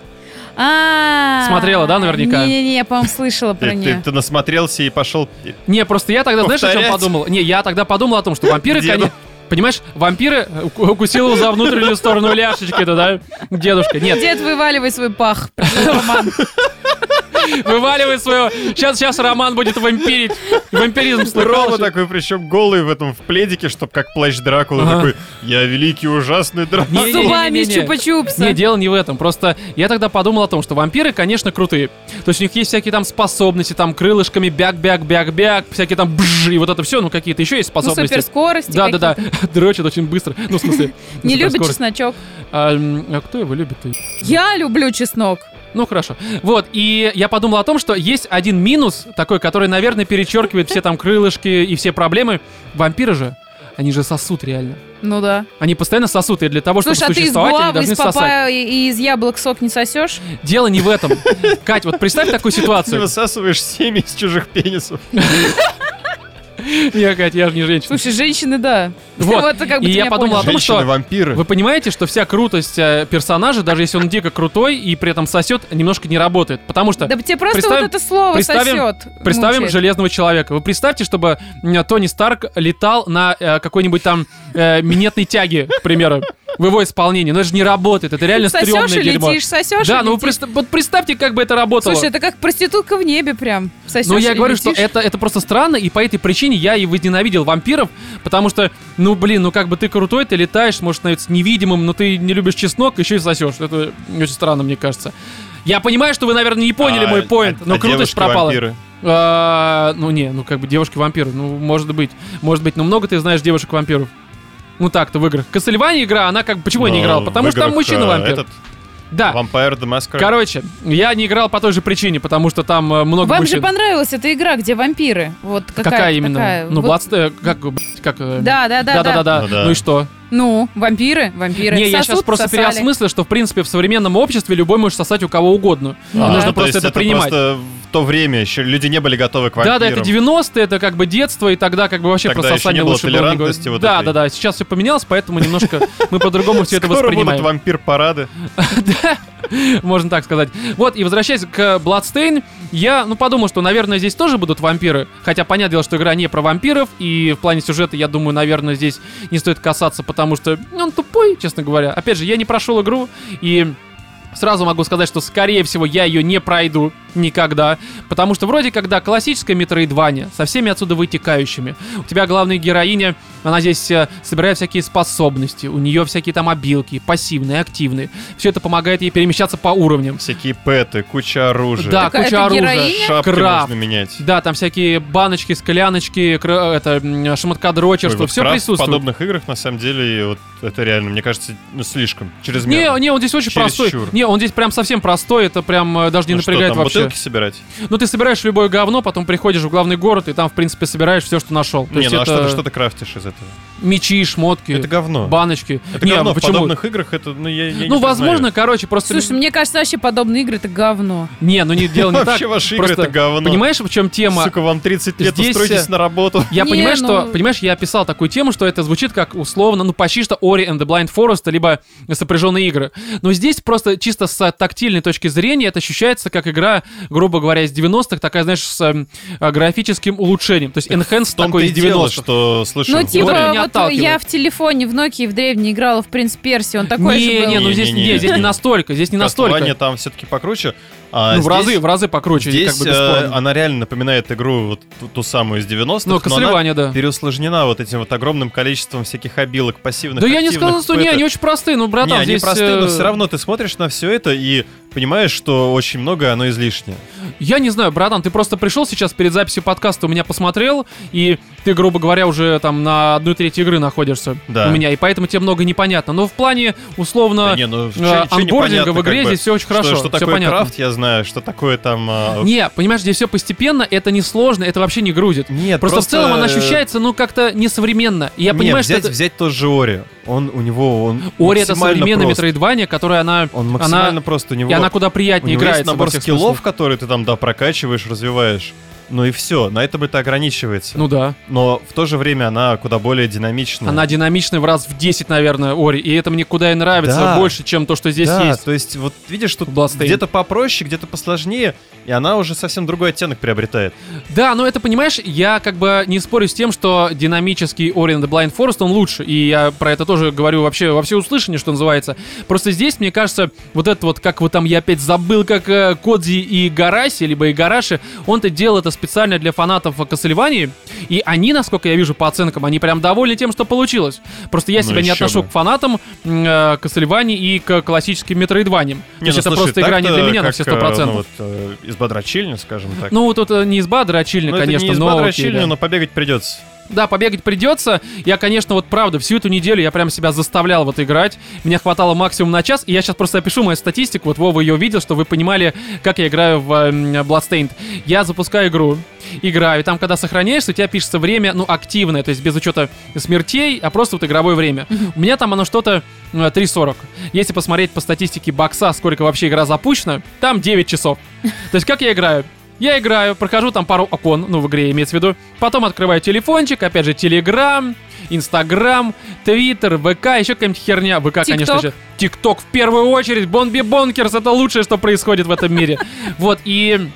А,
Смотрела, да, наверняка?
Не-не-не, я, по-моему, слышала
Ты,
про
ты-
нее.
ты насмотрелся и пошел...
Не, просто я тогда, знаешь, о чем
Повторять?
подумал? Не, я тогда подумал о том, что вампиры,
Деду.
конечно... Понимаешь, вампиры э, уку- укусил его за внутреннюю сторону ляшечки-то, да? Дедушка, нет,
Дед, вываливай свой пах.
вываливай своего... Сейчас, сейчас Роман будет вампирить. Вампиризм слыхал?
Рома такой, причем голый в этом, в пледике, чтоб как плащ Дракулы.
Ага.
Такой, я великий ужасный Дракула.
Не-не-не-не-не.
Зубами из чупа-чупса.
Не, дело не в этом. Просто я тогда подумал о том, что вампиры, конечно, крутые. То есть у них есть всякие там способности, там крылышками бяк-бяк-бяк-бяк, всякие там бж и вот это все, ну какие-то еще есть
Ну,
способности.
суперскорость.
да, да, да, дрочат очень быстро. Ну, в смысле,
Не любит
суперскорость.
чесночок.
А, м, а кто его любит?
Я люблю чеснок.
Ну хорошо. Вот, и я подумал о том, что есть один минус, такой, который, наверное, перечеркивает все там крылышки и все проблемы. Вампиры же, они же сосут реально.
Ну да.
Они постоянно сосут, и для того, чтобы
Слушай, а ты из
существовать, они
гуавы,
должны
из
сосать.
папая и и из яблок сок не сосешь?
Дело не в этом. Кать, вот представь такую
Ты
ситуацию.
высасываешь семя из чужих пенисов.
Не, Кать, я же не женщина.
Слушай, женщины, да.
Вот.
как
И
ты
я
меня
подумала,
понял.
том, что-
Женщины-вампиры.
Вы понимаете, что вся крутость э, персонажа, даже если он дико крутой и при этом сосет, немножко не работает. Потому что
Да тебе просто вот
а, Представим-
это слово
представим-
сосет.
Представим
мучает.
железного человека. Вы представьте, чтобы м, Тони Старк летал на э, какой-нибудь там э, минетной тяге, к примеру, в его исполнении. Но это же не работает, это реально
Сосешь
стрёмное
и
дерьмо.
летишь, сосешь
да,
и
ну вы
летишь.
представ- вот представьте, как бы это работало.
Слушай, это как проститутка в небе прям. Сосешь
Но Ну, я
и
говорю, что
летишь.
это, это просто странно, и по этой причине я и возненавидел вампиров, потому что, ну блин, ну как бы ты крутой, ты летаешь, можешь становиться невидимым, но ты не любишь чеснок, еще и сосешь. Это очень странно, мне кажется. Я понимаю, что вы, наверное, не поняли
А,
мой
а-
поинт, но
а
крутость пропала.
девушки-вампиры?
А, ну не, ну как бы девушки-вампиры, ну может быть, может быть, но много ты знаешь девушек-вампиров. Ну так-то в играх. Castlevania игра, она как бы- почему я не
Но
играл? Потому
Ну, в
что там
играх,
мужчина-вампир.
а, Этот,
Да.
Vampire the Masquerade.
Короче, я не играл по той же причине, потому что там э, много
Вам
мужчин.
же понравилась эта игра, где вампиры. Вот какая,
Какая, именно?
такая.
Ну,
Вот-
Bloodsta- э, как, блядь, как... э,
Да, да, да, да.
Да-да-да.
Ну да.
Ну и что?
Ну, вампиры, вампиры.
Не, я
Сосут,
сейчас просто
сосали.
переосмыслил, что, в принципе, в современном обществе любой может сосать у кого угодно.
А,
нужно
то есть
просто это принимать.
просто в то время еще люди не были готовы к
Да,
вампирам.
да, это 90-е, это как бы детство, и тогда как бы вообще
Тогда
про
еще не
сосание
было
лучше было не говорить.
толерантности вот
да,
этой.
да, да, сейчас все поменялось, поэтому немножко мы по-другому все это
Скоро будут
воспринимаем.
вампир-парады.
Можно так сказать. Вот, и возвращаясь к Bloodstain, я, ну, подумал, что, наверное, здесь тоже будут вампиры. Хотя, понятное дело, что игра не про вампиров, и в плане сюжета, я думаю, наверное, здесь не стоит касаться, потому что ну, он тупой, честно говоря. Опять же, я не прошел игру, и Сразу могу сказать, что, скорее всего, я ее не пройду никогда, потому что вроде как, да, классическая метроидвания, со всеми отсюда вытекающими. У тебя главная героиня, она здесь э, собирает всякие способности, у нее всякие там обилки, пассивные, активные. Все это помогает ей перемещаться по уровням.
Всякие пэты, куча оружия.
Да,
Так, а
куча
это
оружия.
героиня?
Шапки
крафт.
можно менять.
Да, там всякие баночки, скляночки, кра- это, м,
Ой,
шмоткодрочерство,
вот
все
крафт В
присутствует.
подобных играх, на самом деле, и вот это реально, мне кажется, ну, слишком,
Не,
чрезмерно.
не, он здесь очень
Чересчур.
простой. Не, он здесь прям совсем простой, это прям э, даже не
Ну что,
напрягает
там,
вообще.
бутылки собирать?
Ну, ты собираешь любое говно, потом приходишь в главный город, и там, в принципе, собираешь все, что нашел. То
не,
есть
ну а
это
что ты, что ты крафтишь из этого?
мечи, шмотки,
Это говно.
баночки.
Это
Не, ну
говно. В
почему?
подобных играх это, ну, я, я не
Ну, возможно,
признаю.
короче, просто...
Слушай, мне кажется, вообще подобные игры это говно.
Не, ну не дело не так.
Вообще ваши игры
Просто,
это говно.
Понимаешь, в чем тема?
Сука, вам 30 лет,
Здесь,
устройтесь
э,
на работу.
Я
Не,
понимаю,
ну-
что, понимаешь, я описал такую тему, что это звучит как условно, ну почти что Ori and the Blind Forest, либо сопряженные игры. Но здесь просто чисто с тактильной точки зрения это ощущается как игра, грубо говоря, из 90-х, такая, знаешь, с эм, э, графическим улучшением. То есть enhanced
В том-то
такой
и
из
дело,
90-х.
что, слушай,
Ну,
вот
это
типа,
меня
вот
отталкивает.
я в телефоне в Nokia в древней играла в «Принц Перси», он такой же
Не,
был.
не, ну здесь не,
Не-не-не.
здесь не настолько, здесь не
Кастования
настолько.
там все-таки покруче. а
Ну, в
здесь-
разы, в разы покруче,
Здесь
как бы
э,
бесспорно.
она реально напоминает игру вот ту, ту самую из 90-х,
Ну,
но она
Castlevania, да.
переусложнена вот этим вот огромным количеством всяких обилок, пассивных,
Да я не
активных,
сказал, что не,
бета.
они очень простые, ну, братан,
Не, они
здесь...
простые,
э,
но все равно ты смотришь на все это и понимаешь, что очень многое оно излишнее.
Я не знаю, братан, ты просто пришел сейчас перед записью подкаста, у меня посмотрел, и ты, грубо говоря, уже там на одной треть игры находишься
Да.
у меня, и поэтому тебе много непонятно. Но в плане, условно,
Да не, ну,
э, анбординга в игре здесь все очень хорошо,
Что, что
все
такое
понятно.
крафт, я знаю, что такое там... а,
Не, понимаешь, здесь все постепенно, это не сложно, это вообще не грузит.
Нет,
Просто, в целом она
э,
ощущается, ну, как-то несовременно. И я
не,
понимаю,
взять,
что это...
взять тот же Ори. Он у него... Он
Ори это
максимально
современная
прост.
метроидвания, которая она...
Он
она-
максимально прост. У него,
И она куда
у
приятнее
него
играется.
есть набор
во всех
скиллов,
смыслах.
которые ты там, да, прокачиваешь, развиваешь. Ну и все, на этом это ограничивается.
Ну да.
Но в то же время она куда более динамичная.
Она динамичная в раз в 10, наверное, Ори. И это мне куда и нравится
Да.
больше, чем то, что здесь
да,
есть.
то есть вот видишь, тут
Bloodstained.
где-то попроще, где-то посложнее, и она уже совсем другой оттенок приобретает.
Да, но это, понимаешь, я как бы не спорю с тем, что динамический Ori and the Blind Forest, он лучше. И я про это тоже говорю вообще во всеуслышание, что называется. Просто здесь, мне кажется, вот это вот, как вот там я опять забыл, как э, Кодзи и Гараси, либо и Гараши, он-то делал это специально для фанатов Кассельвании. И они, насколько я вижу по оценкам, они прям довольны тем, что получилось. Просто я
Ну
себя не
еще
отношу
бы.
к фанатам м, э, Castlevania и к классическим метроидваниям. То
Не,
есть
ну,
это
слушай,
просто игра не
так-то
для меня на
как,
все
э, ну,
100%.
вот, э, из Бодрачильни, скажем так.
Ну, тут э, не изба дрочильня,
Ну, это
конечно,
не из
но окей,
Бодрачильни,
да.
но побегать придется.
Да, побегать придется. Я, конечно, вот правда, всю эту неделю я прям себя заставлял вот играть. Меня хватало максимум на час. И я сейчас просто опишу мою статистику. Вот Вова ее видел, что вы понимали, как я играю в эм, Bloodstained. Я запускаю игру, играю. И там, когда сохраняешься, у тебя пишется время, ну, активное. То есть без учета смертей, а просто вот игровое время. У меня там оно что-то э, 3.40. Если посмотреть по статистике бокса, сколько вообще игра запущена, там 9 часов. То есть как я играю? Я играю, прохожу там пару окон, ну, в игре имеется в виду. Потом открываю телефончик, опять же, Телеграм, Инстаграм, Твиттер, ВК, еще какая-нибудь херня. ВК, конечно
ТикТок.
же. ТикТок в первую очередь. Бомби Бонкерс — это лучшее, что происходит в этом мире. Вот, и...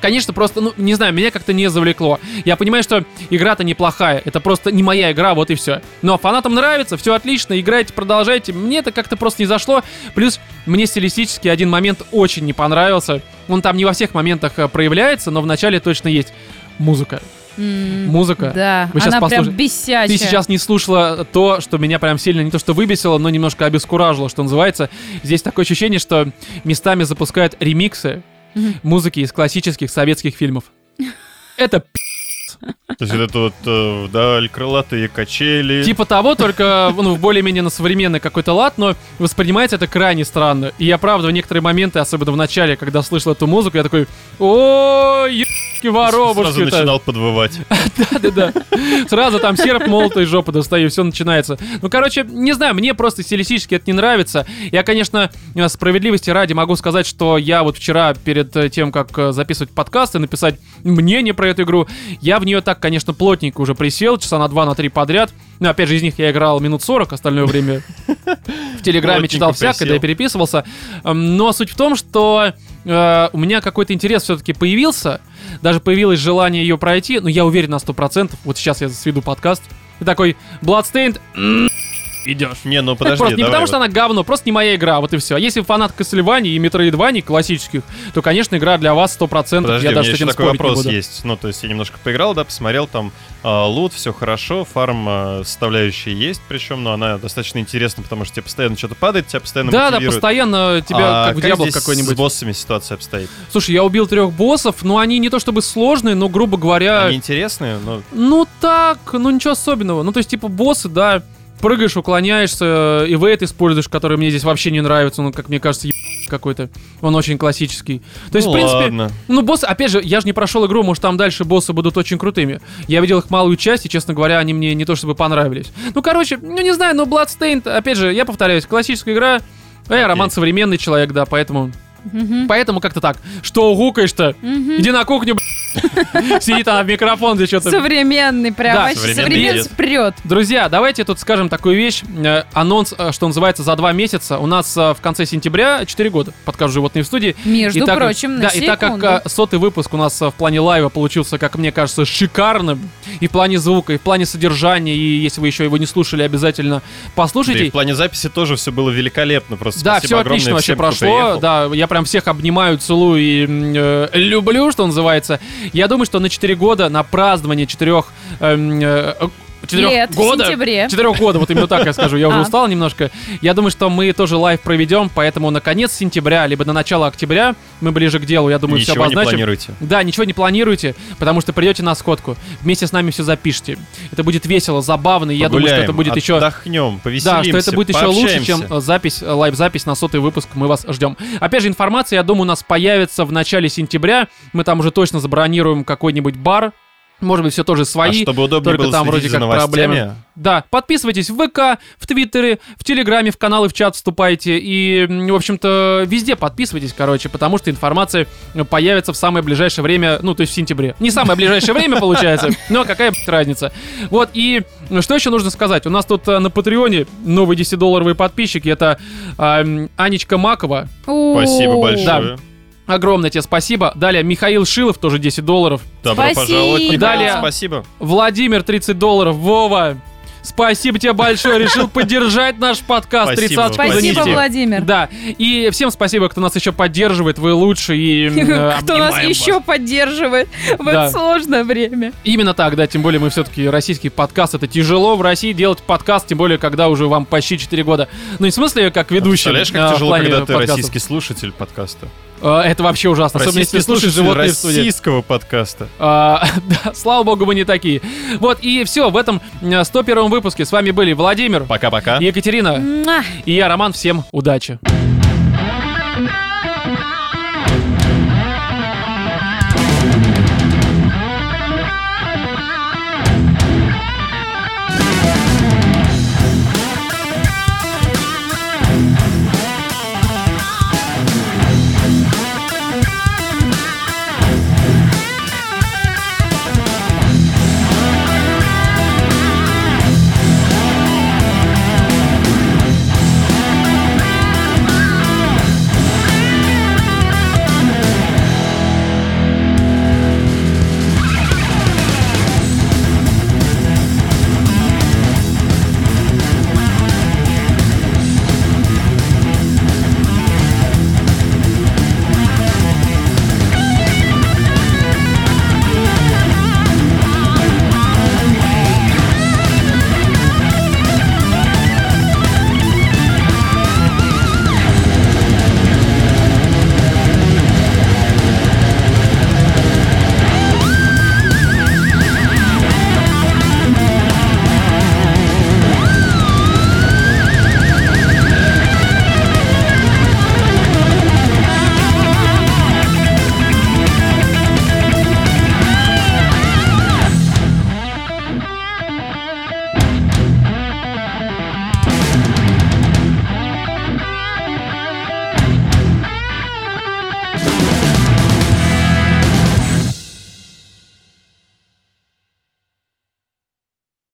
Конечно, просто, ну, не знаю, меня как-то не завлекло. Я понимаю, что игра-то неплохая, это просто не моя игра, вот и все. Но фанатам нравится, все отлично, играйте, продолжайте. Мне это как-то просто не зашло. Плюс мне стилистически один момент очень не понравился. Он там не во всех моментах э, проявляется, но в начале точно есть музыка.
М,
ну, Музыка.
Да,
Вы щас
она прям
послушайте.
бесячая.
Ты сейчас не слушала то, что меня прям сильно не то что выбесило, но немножко обескуражило, что называется. Здесь такое ощущение, что местами запускают ремиксы
Мгм.
музыки из классических советских фильмов. Это
То есть вот это вот э, вдаль крылатые качели.
Типа того, только ну, в более-менее на современный какой-то лад, но воспринимается это крайне странно. И я, правда, в некоторые моменты, особенно в начале, когда слышал эту музыку, я такой о ебки
Сразу
воробушки
начинал подвывать.
Да-да-да. Сразу там серп молотой из жопы достаю, все начинается. Ну, короче, не знаю, мне просто стилистически это не нравится. Я, конечно, э, справедливости ради могу сказать, что я вот вчера перед э, тем, как э, записывать подкаст и написать мнение про эту игру, я в нее так, конечно, плотненько уже присел, часа на два, на три подряд. Ну, опять же, из них я играл минут 40, остальное время в Телеграме
Плотненько
читал всякое,
присел.
да, я переписывался. Эм, Но суть в том, что э, у меня какой-то интерес все-таки появился, даже появилось желание ее пройти, но я уверен на 100%, вот сейчас я сведу подкаст, и такой Bloodstained, идешь.
Не, ну подожди,
просто не
давай
потому, что
вот.
она говно, просто не моя игра, вот и все. А если фанат Castlevania и Metroidvania классических, то, конечно, игра для вас 100%,
Подожди,
я
у меня
даже с
еще
этим
такой
спорить не
вопрос
буду.
есть. Ну, то есть я немножко поиграл, да, посмотрел там а, лут, все хорошо, фарм а, составляющая есть, причем, но она достаточно интересна, потому что тебе постоянно что-то падает, тебя постоянно
Да, да,
мотивирует.
постоянно тебя
А
как в Диабло
здесь
какой-нибудь.
с боссами ситуация обстоит?
Слушай, я убил трех боссов, но они не то чтобы сложные, но, грубо говоря,
Они интересные, но
Ну так, ну ничего особенного. Ну то есть типа боссы, да, прыгаешь, уклоняешься, э, и вейт используешь, который мне здесь вообще не нравится, ну, как мне кажется, еб- какой-то. Он очень классический. То есть,
Ну
в принципе,
ладно.
ну, босс, опять же, я же не прошел игру, может, там дальше боссы будут очень крутыми. Я видел их малую часть, и, честно говоря, они мне не то чтобы понравились. Ну, короче, ну, не знаю, но Bloodstained, опять же, я повторяюсь, классическая игра, э, роман современный человек, да, поэтому...
Мгм.
Поэтому как-то так. Что гукаешь-то?
Мгм.
Иди на кухню, б***ь. Сидит она в микрофон, здесь что-то...
Современный, прям
Да,
вообще
современный
современность
дед.
прет.
Друзья, давайте тут скажем такую вещь. Э, Анонс, э, что называется, за два месяца. У нас э, в конце сентября 4 года подкаст «Животные в студии».
Между
И так как-
прочим, на
да, и так как
секунду.
а, сотый выпуск у нас а, в плане лайва получился, как мне кажется, шикарным и в плане звука, и в плане содержания, и если вы еще его не слушали, обязательно
Да и
послушайте.
в плане записи тоже все было великолепно. Просто
Да,
спасибо
все
огромное
отлично вообще
всем, кто
прошло.
приехал.
Да, я прям всех обнимаю, целую и м, э, люблю, что называется. Я думаю, что на 4 года, на празднование эм, 4 Четырех
Лет в
э, года,
сентябре.
Четырех года, вот именно так я скажу. Я уже
Э? А.
устал немножко. Я думаю, что мы тоже лайв проведем, поэтому на конец сентября, либо на начало октября, мы ближе к делу, я думаю, все
Ничего не
обозначим.
планируйте.
Да, ничего не планируйте, потому что придете на сходку, вместе с нами все запишите. Это будет весело, забавно, и я думаю, что это будет еще...
Отдохнем,
Да,
повеселимся,
что это будет еще лучше, чем
пообщаемся.
э, запись, э, лайв-запись на сотый выпуск. Мы вас ждем. Опять же, информация, я думаю, у нас появится в начале сентября. Мы там уже точно забронируем какой-нибудь бар. Может быть, все тоже
А
свои.
чтобы удобнее
только
было
там
следить
вроде
за
как
новостями,
проблемы. Да, подписывайтесь в ВК, в Твиттере, в Телеграме, в каналы, в чат вступайте. И, м, в общем-то, везде подписывайтесь, короче, потому что информация э, появится в самое ближайшее время, ну, то есть в сентябре. Не самое ближайшее время, получается, но какая блядь, разница. Вот, и м, что еще нужно сказать? У нас тут э, на Патреоне новые 10-долларовые подписчики. Это а, м, Анечка Макова.
У-у-у.
Спасибо большое.
Огромное тебе спасибо. Далее Михаил Шилов, тоже 10 долларов.
Добро
Спасибо.
пожаловать. Михаил,
Далее.
Спасибо.
Владимир, 30 долларов. Вова, спасибо тебе большое. Решил поддержать наш подкаст.
Спасибо,
30
Спасибо,
Извините.
Владимир.
Да, и всем спасибо, кто нас еще поддерживает, вы лучше и... м, э,
Кто нас
обнимаем
еще поддерживает в
Да.
это сложное время.
Именно так, да, тем более мы все-таки российский подкаст, это тяжело в России делать подкаст, тем более, когда уже вам почти 4 года. Ну, не в смысле, как ведущий.
Представляешь,
а,
как
в
тяжело,
плане
когда ты
подкастов.
российский слушатель подкаста.
А, Это вообще ужасно, особенно если
Российский
слушаешь
слушатель
животные в студии.
российского подкаста.
А, да, слава богу, мы не такие. Вот, и все, в этом э, 101 выпуске с вами были Владимир,
Пока-пока.
Екатерина
Муа.
и я, Роман. Всем удачи.